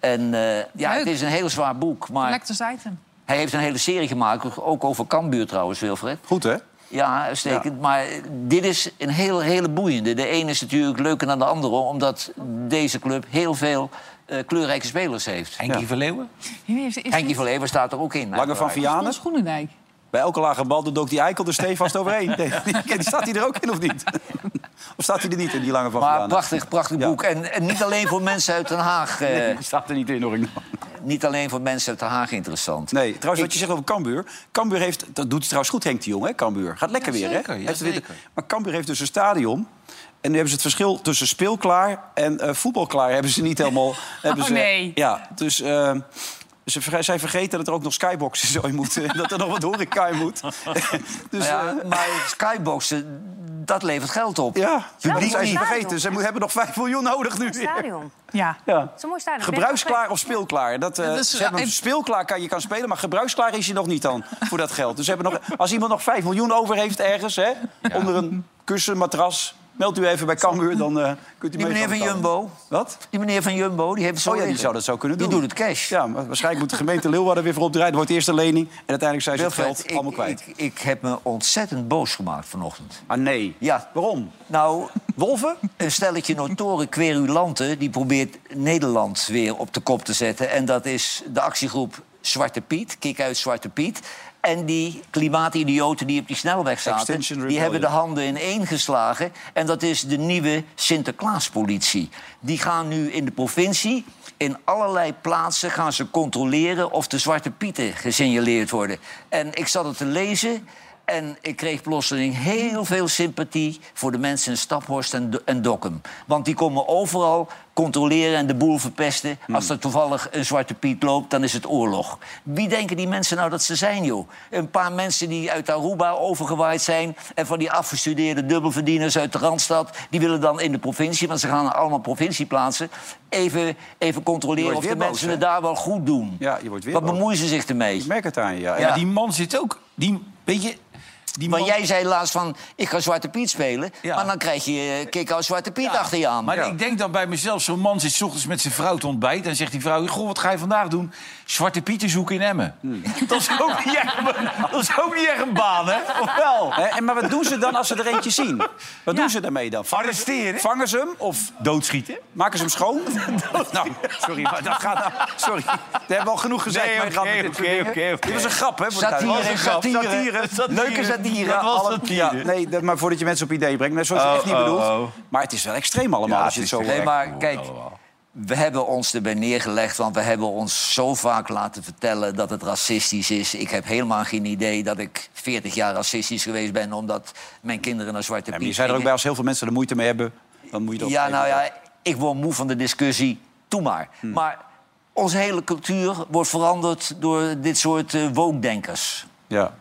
En eh, ja, het is een heel zwaar boek, maar... Collectors item. Hij heeft een hele serie gemaakt, ook over Cambuur trouwens, Wilfred. Goed, hè? Ja, uitstekend. Maar dit is een hele, hele boeiende. De ene is natuurlijk leuker dan de andere... omdat deze club heel veel eh, kleurrijke spelers heeft. Henkie van Leeuwen? Hier is- is- Henkie van Leeuwen staat er ook in. Lange van Ton Vianen. Schoenendijk. Bij elke lage bal dook die eikel er stevast overheen. Nee, die, staat hij er ook in of niet? <laughs> Of staat hij er niet in, die lange van Maar Vianen? prachtig, prachtig boek. En, en niet alleen voor mensen uit Den Haag. eh, <laughs> Nee, die staat er niet in, hoor ik nog. Niet alleen voor mensen uit Den Haag interessant. Nee, trouwens, wat je zegt over Cambuur. Cambuur heeft, dat doet het trouwens goed, Henk de Jong, hè, Cambuur. Gaat lekker weer, Jazeker, hè? Heeft het weer- jazeker. Maar Cambuur heeft dus een stadion. En nu hebben ze het verschil tussen speelklaar en eh, voetbalklaar... hebben ze niet <laughs> helemaal... hebben ze, nee. Ja, dus... eh, ze verge- zij vergeten dat er ook nog skyboxen zo in moeten. <laughs> Dat er nog wat horeca in moet. <laughs> dus, Nou ja, maar skyboxen, dat levert geld op. Ja, publiek Publiek zijn ze niet. vergeten. Ze mo- hebben nog 5 miljoen nodig nu weer. Stadion. Ja. Ja. Het is een mooi stadion. Gebruiksklaar of speelklaar? Dat, eh, Dat is- ze hebben ja, hem speelklaar kan je kan spelen, maar gebruiksklaar is je nog niet dan <laughs> voor dat geld. Dus ze hebben nog, als iemand nog 5 miljoen over heeft ergens, hè, onder een kussen, matras, meld u even bij Cambuur, dan eh, kunt u Die mee meneer gaan van betalen. Jumbo. Wat? Die meneer van Jumbo, die heeft zo Oh ja, die liggen. zou dat zo kunnen doen. Die doet het cash. Ja, maar waarschijnlijk moet de gemeente Leeuwarden weer voor opdraaien. wordt eerst een lening en uiteindelijk zijn ze het Wilfred, geld allemaal kwijt. Ik, ik heb me ontzettend boos gemaakt vanochtend. Ah nee, Ja. waarom? Nou, Wolven? een stelletje notoren querulanten... die probeert Nederland weer op de kop te zetten. En dat is de actiegroep Zwarte Piet, Kik uit Zwarte Piet... en die klimaatidioten die op die snelweg zaten... Extinction die Rebellion. hebben de handen ineen geslagen. En dat is de nieuwe Sinterklaaspolitie. Die gaan nu in de provincie... In allerlei plaatsen gaan ze controleren of de zwarte pieten gesignaleerd worden. En ik zat het te lezen en ik kreeg plotseling heel veel sympathie voor de mensen in Staphorst en, Do- en Dokkum. Want die komen overal controleren en de boel verpesten. Hmm. Als er toevallig een zwarte piet loopt, dan is het oorlog. Wie denken die mensen nou dat ze zijn, joh? Een paar mensen die uit Aruba overgewaaid zijn... en van die afgestudeerde dubbelverdieners uit de Randstad... die willen dan in de provincie, want ze gaan naar allemaal provincieplaatsen... even, even controleren wordt of de weer boos, mensen hè? het daar wel goed doen. Ja, je wordt weer Wat boos. bemoeien ze zich ermee? Ik merk het aan je, ja. Ja. Maar die man zit ook... Die, weet je, die Want man- jij zei laatst van, ik ga Zwarte Piet spelen. Ja. Maar dan krijg je eh, kick-out Zwarte Piet achter je aan. Maar Ja. ik denk dan bij mezelf, zo'n man zit 's ochtends met zijn vrouw te ontbijten... en zegt die vrouw, goh, wat ga je vandaag doen? Zwarte Pieten zoeken in Emmen. Hmm. <laughs> Dat, is ook niet echt, een- dat is ook niet echt een baan, hè? Of wel? Hè, en maar wat doen ze dan als ze er eentje zien? Wat doen ze daarmee dan? Vangen ze- Arresteren? Vangen ze hem of Doodschieten? Maken ze hem schoon? nou, sorry, maar dat gaat nou... Sorry, daar hebben we al genoeg gezegd. Nee, maar het gaat oké, met dit soort oké, dingen. oké, oké. Dit was een grap, hè? Voor de Satire, duidelijkheid. Was een grap. satire, satire, satire. Leuke satire. Dat was alle- satire. Ja, nee, dat- maar voordat je mensen op ideeën brengt. Nee, zoals je Oh, echt niet oh, bedoelt. oh. Maar het is wel extreem allemaal, als je het zo Nee, hoort. maar kijk, we hebben ons erbij neergelegd... want we hebben ons zo vaak laten vertellen dat het racistisch is. Ik heb helemaal geen idee dat ik 40 jaar racistisch geweest ben... omdat mijn kinderen naar Zwarte Ja, Piet maar je zei er ook gingen. bij, als heel veel mensen er moeite mee hebben... dan moet je dat Ja, nou ja, ik word moe van de discussie. Toe maar. Hmm. Maar onze hele cultuur wordt veranderd door dit soort eh, woke-denkers. ja.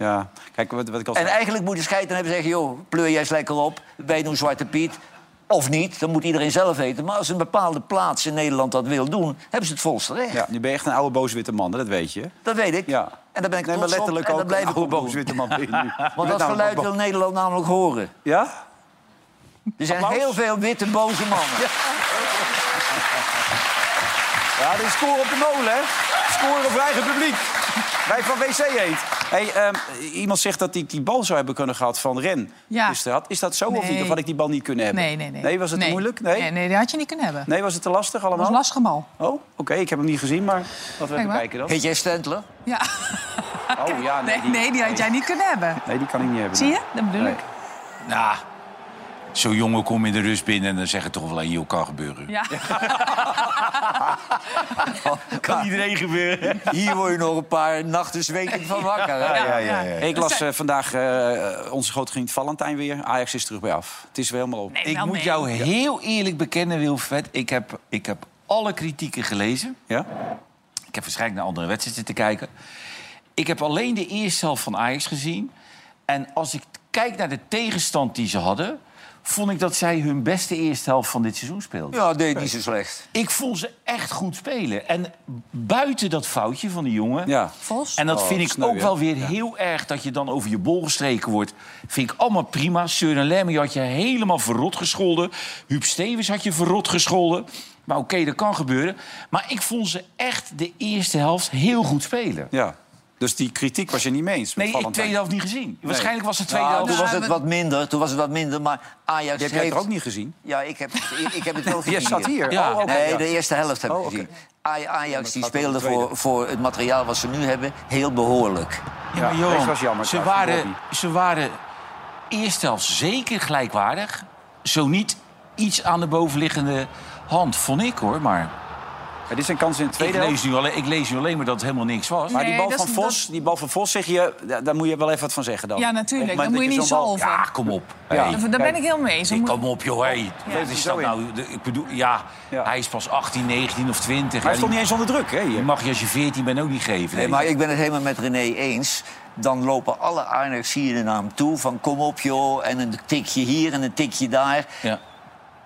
Ja, kijk wat, wat ik al En zei. eigenlijk moet je scheiden hebben en zeggen... joh, pleur jij eens lekker op, wij doen Zwarte Piet. Of niet, dat moet iedereen zelf weten. Maar als een bepaalde plaats in Nederland dat wil doen... hebben ze het volste recht. Ja, je bent echt een oude boze witte man, hè, dat weet je. Dat weet ik. Ja. En daar ben ik Nee, maar trots op letterlijk en ook dat blijf een ik ook oude doen. boze witte man ben je nu. Je <laughs> Want dat bent namelijk geluid ook wil bo- Nederland namelijk horen. Ja? Er zijn Applaus. heel veel witte boze mannen. Ja, dit is scoren op de molen, hè? Scoren op eigen publiek. Wij van WC Eend. Hey, ehm, iemand zegt dat ik die bal zou hebben kunnen gehad van Ren. Ja. Gisteren had- Is dat zo of niet? Nee. Of had ik die bal niet kunnen hebben? Nee, nee, nee. Nee, was het te moeilijk? Nee? nee, nee, die had je niet kunnen hebben. Nee, was het te lastig allemaal? Dat was een lastige bal. Oh, oké, ik heb hem niet gezien, maar laten we Kijk even maar. kijken dan. Heet jij Stentler? Ja. Oh ja, nee. Nee, nee, die had jij niet kunnen hebben. Nee, die kan ik niet hebben. Zie je? Dat bedoel Nee. ik. Nou, zo'n jongen kom in de rust binnen en dan zeggen toch wel aan jou kan gebeuren. Ja. Kan iedereen gebeuren. Hier word je nog een paar nachten zwetend van wakker. hè? Ik las eh, vandaag eh, onze grote vriend Valentijn weer. Ajax is terug bij af. Het is weer helemaal op. ik moet jou heel eerlijk bekennen, Wilfred. Ik heb, ik heb alle kritieken gelezen. Ja? Ik heb waarschijnlijk naar andere wedstrijden te kijken. Ik heb alleen de eerste helft van Ajax gezien. En als ik kijk naar de tegenstand die ze hadden... vond ik dat zij hun beste eerste helft van dit seizoen speelden. Ja, deed niet zo slecht. Ik vond ze echt goed spelen. En buiten dat foutje van die jongen... Ja. Vos? En dat Oh, vind ik sneu, ook hè? wel weer Ja. heel erg dat je dan over je bol gestreken wordt. Vind ik allemaal prima. Søren Lemmy had je helemaal verrot gescholden. Huub Stevens had je verrot gescholden. Maar oké, dat kan gebeuren. Maar ik vond ze echt de eerste helft heel goed spelen. Ja. Dus die kritiek was je niet mee eens met Nee, ik Valentijn? tweede helft niet gezien. Waarschijnlijk was de tweede Nou, helft... toen was het wat minder. Toen was het wat minder, maar Ajax Die heb jij heeft... er ook niet gezien? Ja, ik heb, ik, ik heb het wel <laughs> Je gezien. zat hier? Ja. Oh, oké, nee, ja. de eerste helft heb ik Oh, oké. gezien. Aj- Ajax die gaat om speelde de tweede. <laughs> voor, voor het materiaal wat ze nu hebben heel behoorlijk. Ja, maar Johan, deze was jammer ze, trouwens, van waren, ze waren eerst zelfs zeker gelijkwaardig. Zo niet iets aan de bovenliggende hand, vond ik hoor. Maar Ja, dit zijn kansen in de ik tweede helft. lees, nu alleen, ik lees nu alleen maar dat het helemaal niks was. Maar die Nee, bal, dat van is- Vos, die bal van Vos, zeg je, da- daar moet je wel even wat van zeggen dan. Ja, Op natuurlijk. het Dan moet je moment niet dat zo'n zo bal- over. Ja, kom op. Ja. Hey. Daar ben ik heel mee eens. Dan Ik moet- kom op, joh. Hey. Ja. Wat is dat nou? De- Ik bedoel, ja, hij is pas 18, 19 of 20. Maar hij Ja, stond die- niet eens onder druk, hè? Die hier. mag je als je 14 bent ook niet geven. Nee, maar ik ben het helemaal met René eens. Dan lopen alle Ajax hier naar hem toe. Van kom op joh, en een tikje hier en een tikje daar. Ja.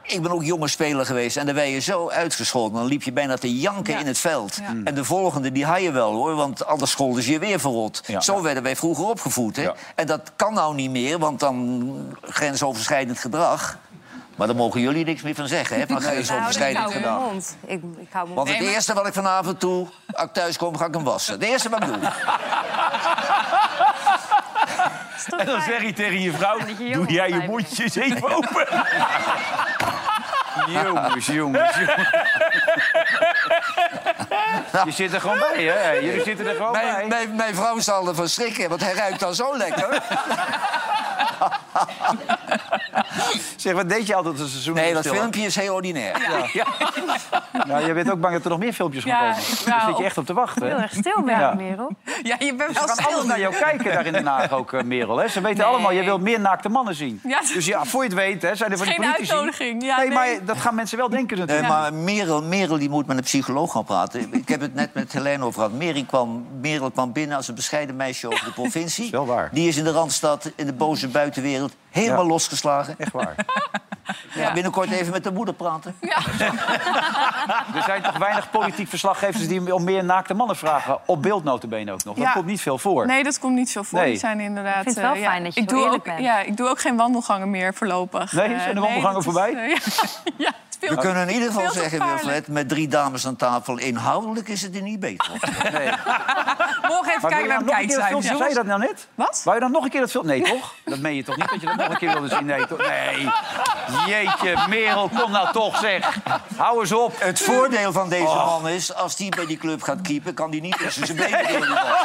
Ik ben ook jonge speler geweest en dan ben je zo uitgescholden. Dan liep je bijna te janken in het veld. En de volgende, die had je wel hoor, want anders scholden ze je weer verrot. Ja. Zo werden wij vroeger opgevoed. Hè? En dat kan nou niet meer, want dan grensoverschrijdend gedrag. Maar daar mogen jullie niks meer van zeggen, <laughs> hè, van Nou, ik grensoverschrijdend hou mijn gedrag. mond. Ik, ik hou mijn Want mond. het eerste wat ik vanavond doe, als ik thuis kom, ga ik hem wassen. Het eerste wat ik doe. En dan zeg je tegen je vrouw, doe jij je mondjes even open. <laughs> Jongens, jongens, jongens. Je zit er gewoon bij, hè? Jullie zitten er gewoon bij. Mijn, mijn, mijn vrouw zal ervan schrikken, want hij ruikt dan zo <laughs> lekker. Zeg, wat deed je altijd als een seizoen Nee, dat stil was? filmpje is heel ordinair. Nou, je bent ook bang dat er nog meer filmpjes gaan Ja, komen. Daar nou, zit je echt op te wachten. Heel hè? erg stil ben je, Ja. Merel. Ja, je bent Ze wel gaan stil. alles naar jou kijken daar in Den Haag ook, eh, Merel. Hè? Ze weten allemaal, je wilt meer naakte mannen zien. Ja. Dus ja, voor je het weet, hè, zijn er Het van is die geen politici... uitnodiging. Ja, nee, nee. maar dat gaan mensen wel denken Nee, natuurlijk. Eh, maar Merel, Merel die moet met een psycholoog gaan praten. Ik heb het net met Helene over gehad. Merel kwam, Merel kwam binnen als een bescheiden meisje over de <laughs> provincie. wel waar. Die is in de Randstad, in de boze buitenwereld, helemaal Ja. losgeslagen. <laughs> Echt waar. Ja, binnenkort even met de moeder praten. Er zijn toch weinig politiek verslaggevers die om meer naakte mannen vragen. Op beeld notabene ook nog. Dat Ja. komt niet veel voor. Nee, dat komt niet zo voor. Nee. Die zijn inderdaad. Ik vind het wel eh, ja, fijn dat je ik zo doe eerlijk ook, bent. Ja, ik doe ook geen wandelgangen meer voorlopig. Nee, Eh, zijn de wandelgangen dat is, voorbij? eh, ja, ja, het is veel We te- kunnen in ieder geval veel te zeggen, gevaarlijk. Wilfred, met drie dames aan tafel... inhoudelijk is het er niet beter. <laughs> Nee. Morgen even wil je kijken nou naar de nog een keer dat filmpje? kijkcijfers. Zei je dat nou net? Wat? Wou je dan nog een keer dat filmpje? Nee, toch? Dat meen je toch niet dat je dat nog een keer wilde zien? Nee, toch? Nee. Jeetje, Merel, kom nou toch, zeg. Hou eens op. Oh. Het voordeel van deze man is, als die bij die club gaat keepen... kan die niet tussen zijn benen door die bal.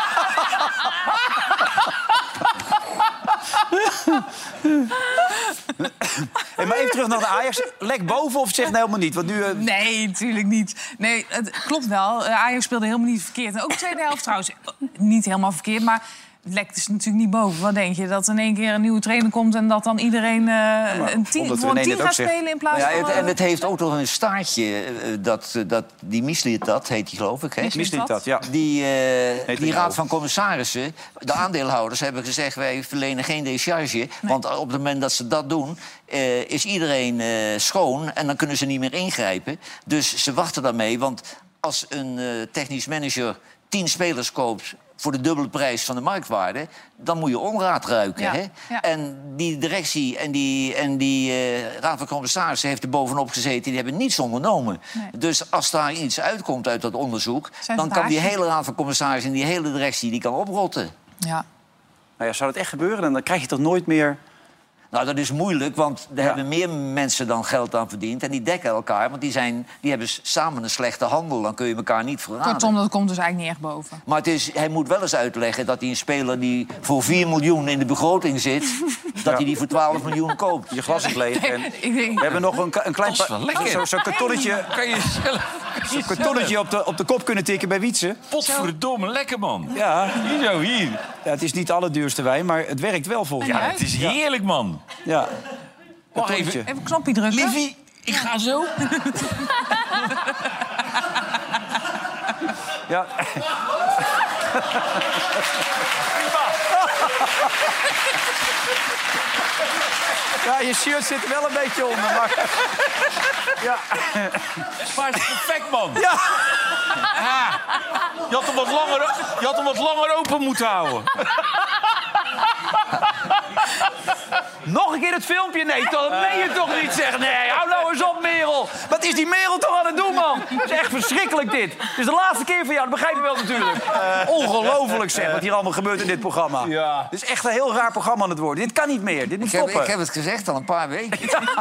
Hey, maar even terug naar de Ajax. Lek boven of zeg nou helemaal niet? Want nu... eh, Nee, natuurlijk niet. Nee, het klopt wel. Eh, Ajax speelde helemaal niet verkeerd. En ook de tweede helft trouwens eh, niet helemaal verkeerd. Maar lekt is natuurlijk niet boven. Wat denk je? Dat in één keer een nieuwe trainer komt en dat dan iedereen eh, een team, voor een team gaat spelen in plaats Ja, van... het- eh, En het heeft ook nog een staartje, eh, dat, eh, dat, die misliet dat, heet die geloof ik. hè? Misliet Misliet dat, ja. Die, eh, die niet nou? raad over. van commissarissen, de aandeelhouders hebben gezegd... wij verlenen geen décharge, want op het moment dat ze dat doen... eh, is iedereen eh, schoon en dan kunnen ze niet meer ingrijpen. Dus ze wachten daarmee, want als een eh, technisch manager tien spelers koopt... voor de dubbele prijs van de marktwaarde, dan moet je onraad ruiken. Ja, Hè? ja. En die directie en die, en die eh, raad van commissarissen heeft er bovenop gezeten. Die hebben niets ondernomen. Dus als daar iets uitkomt uit dat onderzoek... Zijn dan ze kan die baasjes? hele raad van commissarissen en die hele directie die kan oprotten. Ja. Nou ja, zou dat echt gebeuren? Dan, dan krijg je toch nooit meer... Nou, dat is moeilijk, want er hebben meer mensen dan geld aan verdiend. En die dekken elkaar, want die, zijn, die hebben s- samen een slechte handel. Dan kun je elkaar niet verraden. Kortom, dat komt dus eigenlijk niet echt boven. Maar het is, hij moet wel eens uitleggen dat hij een speler die voor 4 miljoen in de begroting <laughs> zit... dat hij die voor 12 miljoen koopt. Je glas is leeg. En Ik denk... we hebben nog een, ka- een klein... Dat is wel pa- lekker. zo- Zo'n kartonnetje... Kan je zelf... Zo'n kartonnetje op de, op de kop kunnen tikken bij Wietse. Potverdomme, lekker man. Ja. Hier zo, hier. Ja, het is niet de allerduurste wijn, maar het werkt wel volgens Ja, mij. het is heerlijk, man. Ja. Wacht Kartonnetje. even. Even knopje drukken. Livy, ik ga <laughs> zo. Ja. Ja, je shirt zit er wel een beetje onder, maar... <laughs> Ja. Maar het is perfect, man. Ja. Ja. Je, had hem wat langer, je had hem wat langer open moeten houden. Nog een keer het filmpje? Nee, dat meen je toch niet, zeg. Nee, hou nou eens op, Merel. Wat is die Merel toch aan het doen, man? Het is echt verschrikkelijk, dit. Het is de laatste keer van jou, dat begrijp je wel natuurlijk. Ongelooflijk, zeg, wat hier allemaal gebeurt in dit programma. Het is echt een heel raar programma aan het worden. Dit kan niet meer, dit moet Ik heb, stoppen. ik heb het gezegd al een paar weken. <laughs>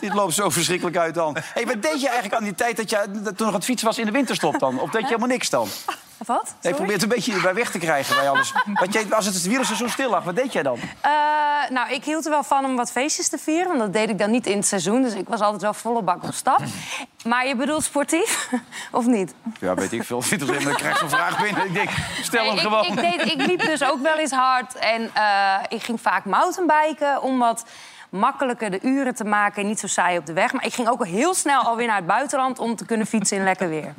Dit loopt zo verschrikkelijk uit dan. Hey, wat deed je eigenlijk aan die tijd dat je dat toen nog aan het fietsen was in de winterstop dan? Of deed je helemaal niks dan? Wat? Nee, Sorry? ik probeer het een beetje bij weg te krijgen bij <laughs> alles. Wat jij, als het wielerseizoen stil lag, wat deed jij dan? Eh, nou, ik hield er wel van om wat feestjes te vieren. Want dat deed ik dan niet in het seizoen. Dus ik was altijd wel volle bak op <laughs> stap. Maar je bedoelt sportief? <laughs> of niet? Ja, weet ik veel. Ik krijg zo'n vraag binnen. Ik denk, stel hem Nee, ik, gewoon. Ik, deed, ik liep dus ook wel eens hard. En eh, ik ging vaak mountainbiken om wat makkelijker de uren te maken. en Niet zo saai op de weg. Maar ik ging ook heel snel alweer naar het buitenland... om te kunnen fietsen in lekker weer.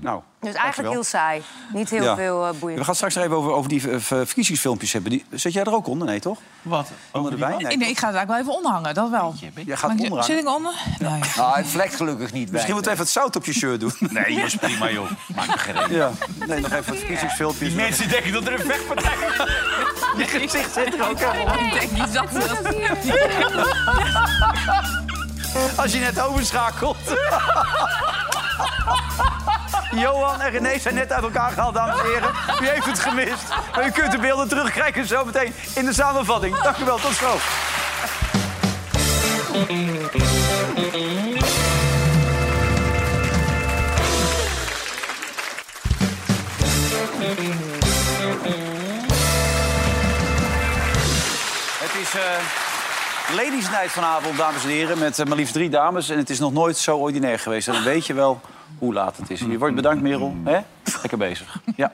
Nou, Dus eigenlijk heel saai. Niet heel Ja. veel eh, We boeiend. gaan het straks nog even over, over die eh, ver- verkiezingsfilmpjes hebben. Die, zit jij er ook onder? Nee, toch? Wat? Onder de wijn? Nee, ik ga het eigenlijk wel even onderhangen, dat wel. Jij gaat Maar ik- onderaan. Zit ik onder? Nee. Nou, het vlekt gelukkig niet bij. Misschien moet even het zout op je shirt doen. <laughs> Nee, dat is prima, joh. Maak me geen reet. Ja. Nee, nog even het verkiezingsfilmpje. Die mensen denken dat er een vechtpartij is. <laughs> Je gezicht zit er ook helemaal op. Ik denk niet dat Als je net overschakelt. <laughs> Johan en René zijn net uit elkaar gehaald, dames en heren. U heeft het gemist. Maar u kunt de beelden terugkrijgen zo meteen in de samenvatting. Dank u wel, tot zo. Het is eh Ladies Night vanavond, dames en heren, met eh, maar liefst drie dames. En het is nog nooit zo ordinair geweest. En dan weet je wel hoe laat het is. En je wordt bedankt, Merel. hè? Lekker bezig. Ja,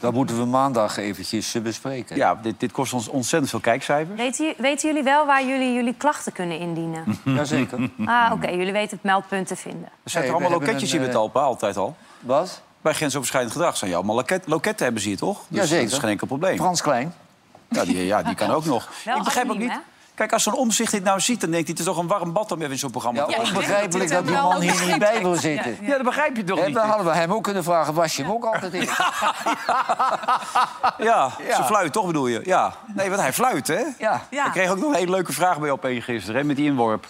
Dat moeten we maandag eventjes eh, bespreken. ja dit, dit kost ons ontzettend veel kijkcijfers. Weten, ju- weten jullie wel waar jullie jullie klachten kunnen indienen? <laughs> Jazeker. Ah, oké. Jullie weten het meldpunt te vinden. Er zijn Nee, er allemaal we hebben loketjes een, hier met eh, Alpa, altijd al. Wat? Bij grensoverschrijdend gedrag zijn jou allemaal loket- loketten hebben ze hier, toch? Dus Jazeker. dat is geen enkel probleem. Frans Klein. Ja, die, ja, die kan ook nog. Wel ik begrijp anoniem, ook niet... Kijk, als zo'n omzicht dit nou ziet, dan denkt hij... het is toch een warm bad om even in zo'n programma Ja, te komen. onbegrijpelijk dat die man hier niet bij wil zitten. Ja, dat begrijp je toch Hè, niet? Dan hadden we hem ook kunnen vragen, was je hem ook altijd in? Ja, Ja. ze fluit toch bedoel je? Ja. Nee, want hij fluit, hè? Ja. Ik kreeg ook nog een hele leuke vraag bij op gisteren, hè, met die inworp.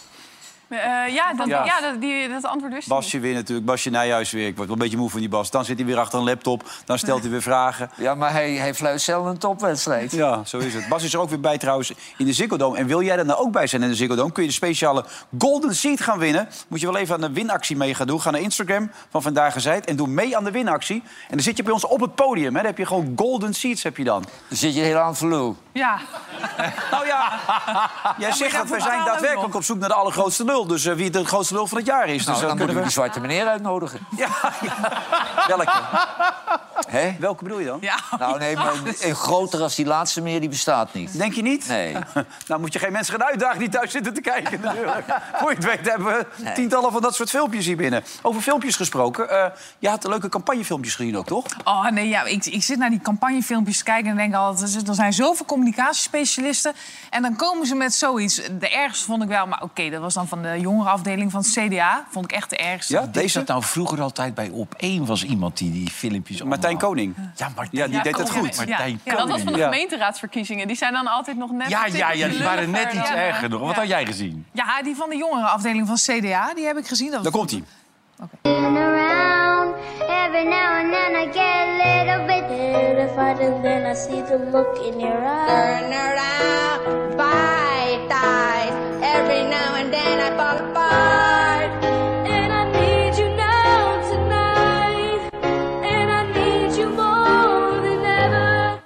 Eh, ja, dat, Ja. ja. dat, die, dat antwoord wist ik Basje weer natuurlijk, Basje Nijhuis weer. Ik word wel een beetje moe van die Bas. Dan zit hij weer achter een laptop, dan stelt hij weer vragen. Ja, maar hij, hij fluit zelf een topwedstrijd. Ja, zo is het. Bas is er ook weer bij trouwens in de Ziggo Dome. En wil jij er nou ook bij zijn in de Ziggo Dome... kun je de speciale Golden Seat gaan winnen. Moet je wel even aan de winactie mee gaan doen. Ga naar Instagram van Vandaag Gezijd en doe mee aan de winactie. En dan zit je bij ons op het podium. Hè. Dan heb je gewoon Golden Seats heb je dan. Dan zit je heel aan het verloel. Ja. Nou ja, jij zegt dat we zijn daadwerkelijk op zoek naar de allergrootste lul. Dus eh, wie de grootste lul van het jaar Nou, is. dus dan dat moeten <laughs> kunnen we we... die zwarte meneer uitnodigen. Ja, ja. Welke? Hè? Welke bedoel je dan? Ja. Nou nee, maar een groter als die laatste meer, die bestaat niet. Denk je niet? Nee. <laughs> nou moet je geen mensen gaan uitdagen die thuis zitten te kijken <laughs> natuurlijk. Voor je het weet hebben we tientallen van dat soort filmpjes hier binnen. Over filmpjes gesproken. eh, je had leuke campagnefilmpjes gezien ook, toch? Oh nee, ja, ik, ik zit naar die campagnefilmpjes te kijken en denk altijd... er zijn zoveel communicatiespecialisten. En dan komen ze met zoiets. De ergste vond ik wel, maar oké, dat was dan van de jongerenafdeling van het CDA. Vond ik echt de ergste. Ja, deed dat nou vroeger altijd bij op één was iemand die die filmpjes Martijn Koning. Ja, Martijn, Ja, die deed het goed. Martijn Ja, dat was van de Ja. gemeenteraadsverkiezingen. Die zijn dan altijd nog net... Ja, een ja, ja, die tikkeltje waren net lulliger iets dan- erger nog. Wat had jij gezien? Ja, die van de jongerenafdeling van het CDA, die heb ik gezien. Dat was- komt hij. Been around every now and then I get a little bit terrified and then I see the look in your eyes. Turn around, bite eyes. Every now and then I fall apart. And I need you now tonight. And I need you more than ever.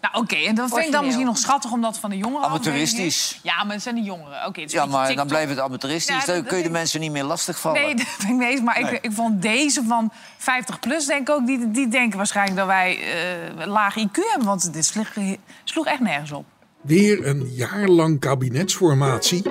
Nou, oké, en dat vind ik dan Origineel. misschien nog schattig, omdat van de jongeren. Amateuristisch. Ja, maar het zijn de jongeren. Oké, het is Ja, een beetje maar dan TikTok. blijft het amateuristisch. Ja, dan dat- kun je de dat- mensen niet meer lastigvallen. Nee, <laughs> dat ben ik mee eens. Maar Nee. ik, ik vond deze van 50 plus, denk ik ook, die, die denken waarschijnlijk dat wij eh, laag IQ hebben. Want dit sloeg, sloeg echt nergens op. Weer een jaar lang kabinetsformatie.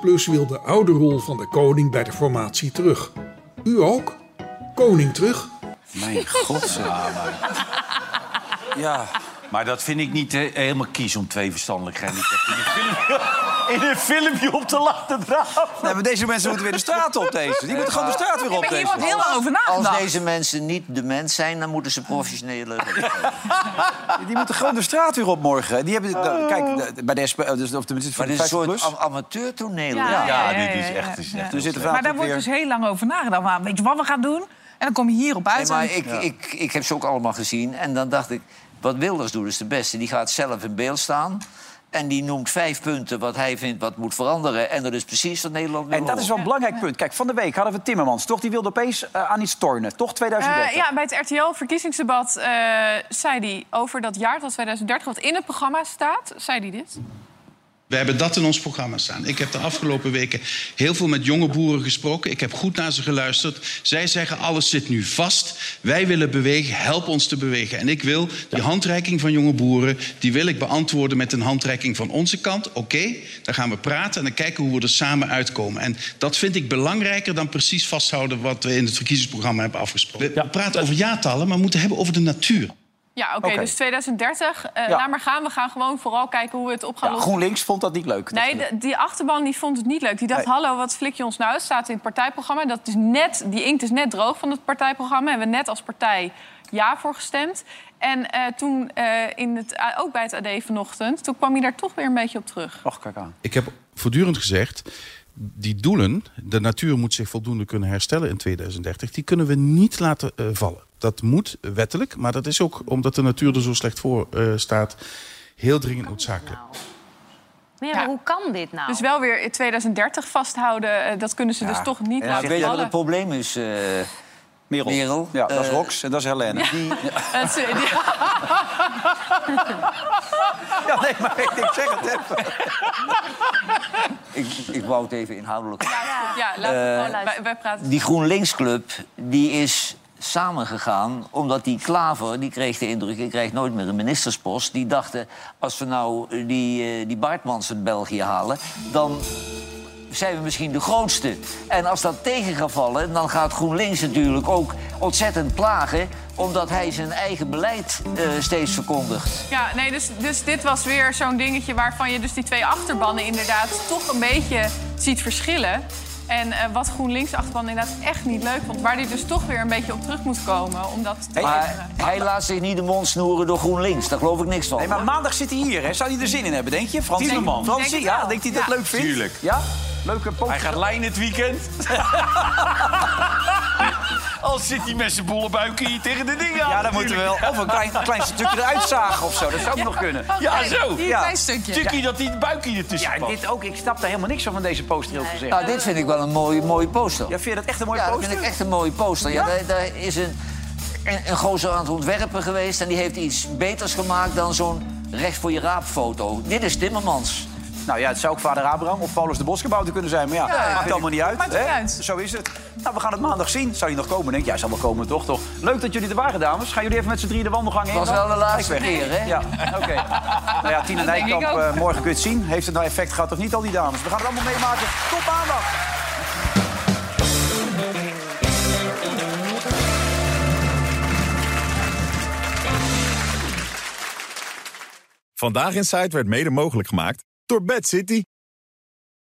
plus wil de oude rol van de koning bij de formatie terug. U ook? Koning terug? Mijn god. Ja. Maar dat vind ik niet eh, helemaal kies om twee verstandelijk gehandicapten in een filmpje- in een filmpje op te laten draven. Nee, maar deze mensen moeten weer de straat op, deze. Die moeten gewoon de straat weer op, deze. Als deze mensen niet de mens zijn, dan moeten ze professionele... Die moeten gewoon de straat weer op morgen. Die hebben, nou, kijk, de- bij de SP... eh, Dus, of tenminste, voor Maar de dit is een 50 soort plus. am- amateurtoneel. Ja, ja, ja, ja, ja, ja, ja. Er zit een Maar daar wordt dus heel lang over nagedacht. Maar weet je wat we gaan doen? En dan kom je hierop Nee, uit. maar en- ik, ik, ik heb ze ook allemaal gezien. En dan dacht ik, wat Wilders doet is de beste. Die gaat zelf in beeld staan. En die noemt vijf punten wat hij vindt wat moet veranderen. En dat is precies wat Nederland wil En dat is wel horen. een belangrijk punt. Kijk, van de week hadden we Timmermans, toch? Die wilde opeens eh, aan iets tornen, toch? 2030. Eh, ja, bij het RTL-verkiezingsdebat eh, zei hij over dat jaar tot 2030... wat in het programma staat, zei hij dit. We hebben dat in ons programma staan. Ik heb de afgelopen weken heel veel met jonge boeren gesproken. Ik heb goed naar ze geluisterd. Zij zeggen, alles zit nu vast. Wij willen bewegen, help ons te bewegen. En ik wil die handreiking van jonge boeren... die wil ik beantwoorden met een handreiking van onze kant. Oké, dan gaan we praten en dan kijken hoe we er samen uitkomen. En dat vind ik belangrijker dan precies vasthouden... wat we in het verkiezingsprogramma hebben afgesproken. We praten over jaartallen, maar we moeten hebben over de natuur. Ja, oké, Oké. dus 2030. eh, Ja. Laat maar gaan. We gaan gewoon vooral kijken hoe we het op gaan lossen. GroenLinks vond dat niet leuk. Nee, de- die achterban die vond het niet leuk. Die dacht, Nee. hallo, wat flik je ons nou? Het staat in het partijprogramma. Dat is net, die inkt is net droog van het partijprogramma. Hebben we net als partij ja voor gestemd. En eh, toen, eh, in het, A- ook bij het AD vanochtend... toen kwam hij daar toch weer een beetje op terug. Och, kijk aan. Ik heb voortdurend gezegd, die doelen, de natuur moet zich voldoende kunnen herstellen in 2030, die kunnen we niet laten eh, vallen. Dat moet wettelijk, maar dat is ook omdat de natuur er zo slecht voor eh, staat, heel dringend noodzakelijk. Maar hoe kan dit nou? Dus wel weer 2030 vasthouden. eh, dat kunnen ze dus toch niet laten Weet je wat vallen. het probleem is, eh Merel? Ja, dat Eh, is Rox en dat is Helene. Het- die- Ja, <laughs> nee, maar ik, ik zeg het even. Ik, ik wou het even inhoudelijk... Ja, laten we Eh, gewoon luisteren. Wij- wij praten Die GroenLinks-club die is samengegaan omdat die Klaver, die kreeg de indruk... ik krijg nooit meer een ministerspost. Die dachten, als we nou eh, die, eh, die Baartmans uit België halen... dan zijn we misschien de grootste. En als dat tegen gaat vallen, dan gaat GroenLinks natuurlijk ook ontzettend plagen... omdat hij zijn eigen beleid eh, steeds verkondigt. Ja, nee, dus, dus dit was weer zo'n dingetje waarvan je dus die twee achterbannen inderdaad toch een beetje ziet verschillen. En eh, wat GroenLinks achterban inderdaad echt niet leuk vond. Waar die dus toch weer een beetje op terug moet komen. Omdat Maar hij laat zich niet de mond snoeren door GroenLinks. Daar geloof ik niks van. Nee, maar maandag zit hij hier, hè? Zou hij er zin in hebben, denk je? Frans Timmermans. Frans, Denk het ja, wel. denkt hij dat Ja. leuk vindt? Tuurlijk. Ja? Leuke poot. Hij gaat lijn het <laughs> weekend. Al zit hij met zijn bolle buiken hier tegen de dingen aan. Ja, dat moeten we wel. Of een klein, klein stukje eruit zagen of zo. Dat zou ook nog kunnen. Ja, zo. Stukje Ja. dat die buikje ertussen Ja, en past. dit ook. Ik snap daar helemaal niks van, van deze poster, heel gezegd. Nou, dit vind ik wel een mooie, mooie poster. Ja, vind je dat echt een mooie Ja, dat vind ik echt een mooie poster. Ja, daar, daar is een, een, een gozer aan het ontwerpen geweest... en die heeft iets beters gemaakt dan zo'n recht voor je raapfoto. Dit is Timmermans. Nou ja, het zou ook vader Abraham of Paulus de Boskabouter kunnen zijn. Maar ja, Ja. maakt allemaal niet uit. Maakt hè? Zo is het. Nou, we gaan het maandag zien. Zou je nog komen? Denk ik, ja, zal wel komen, toch? toch? Leuk dat jullie er waren, dames. Gaan jullie even met z'n drieën de wandelgang heen? was dan? wel de laatste Ik weg. keer, hè? Ja, oké. Nou ja, Tina Dat denk ik Nijkamp, ook. eh, morgen kun je het zien. Heeft het nou effect gehad of niet, al die dames? We gaan het allemaal meemaken. Tot maandag! Vandaag in Zuid werd mede mogelijk gemaakt door Bad City.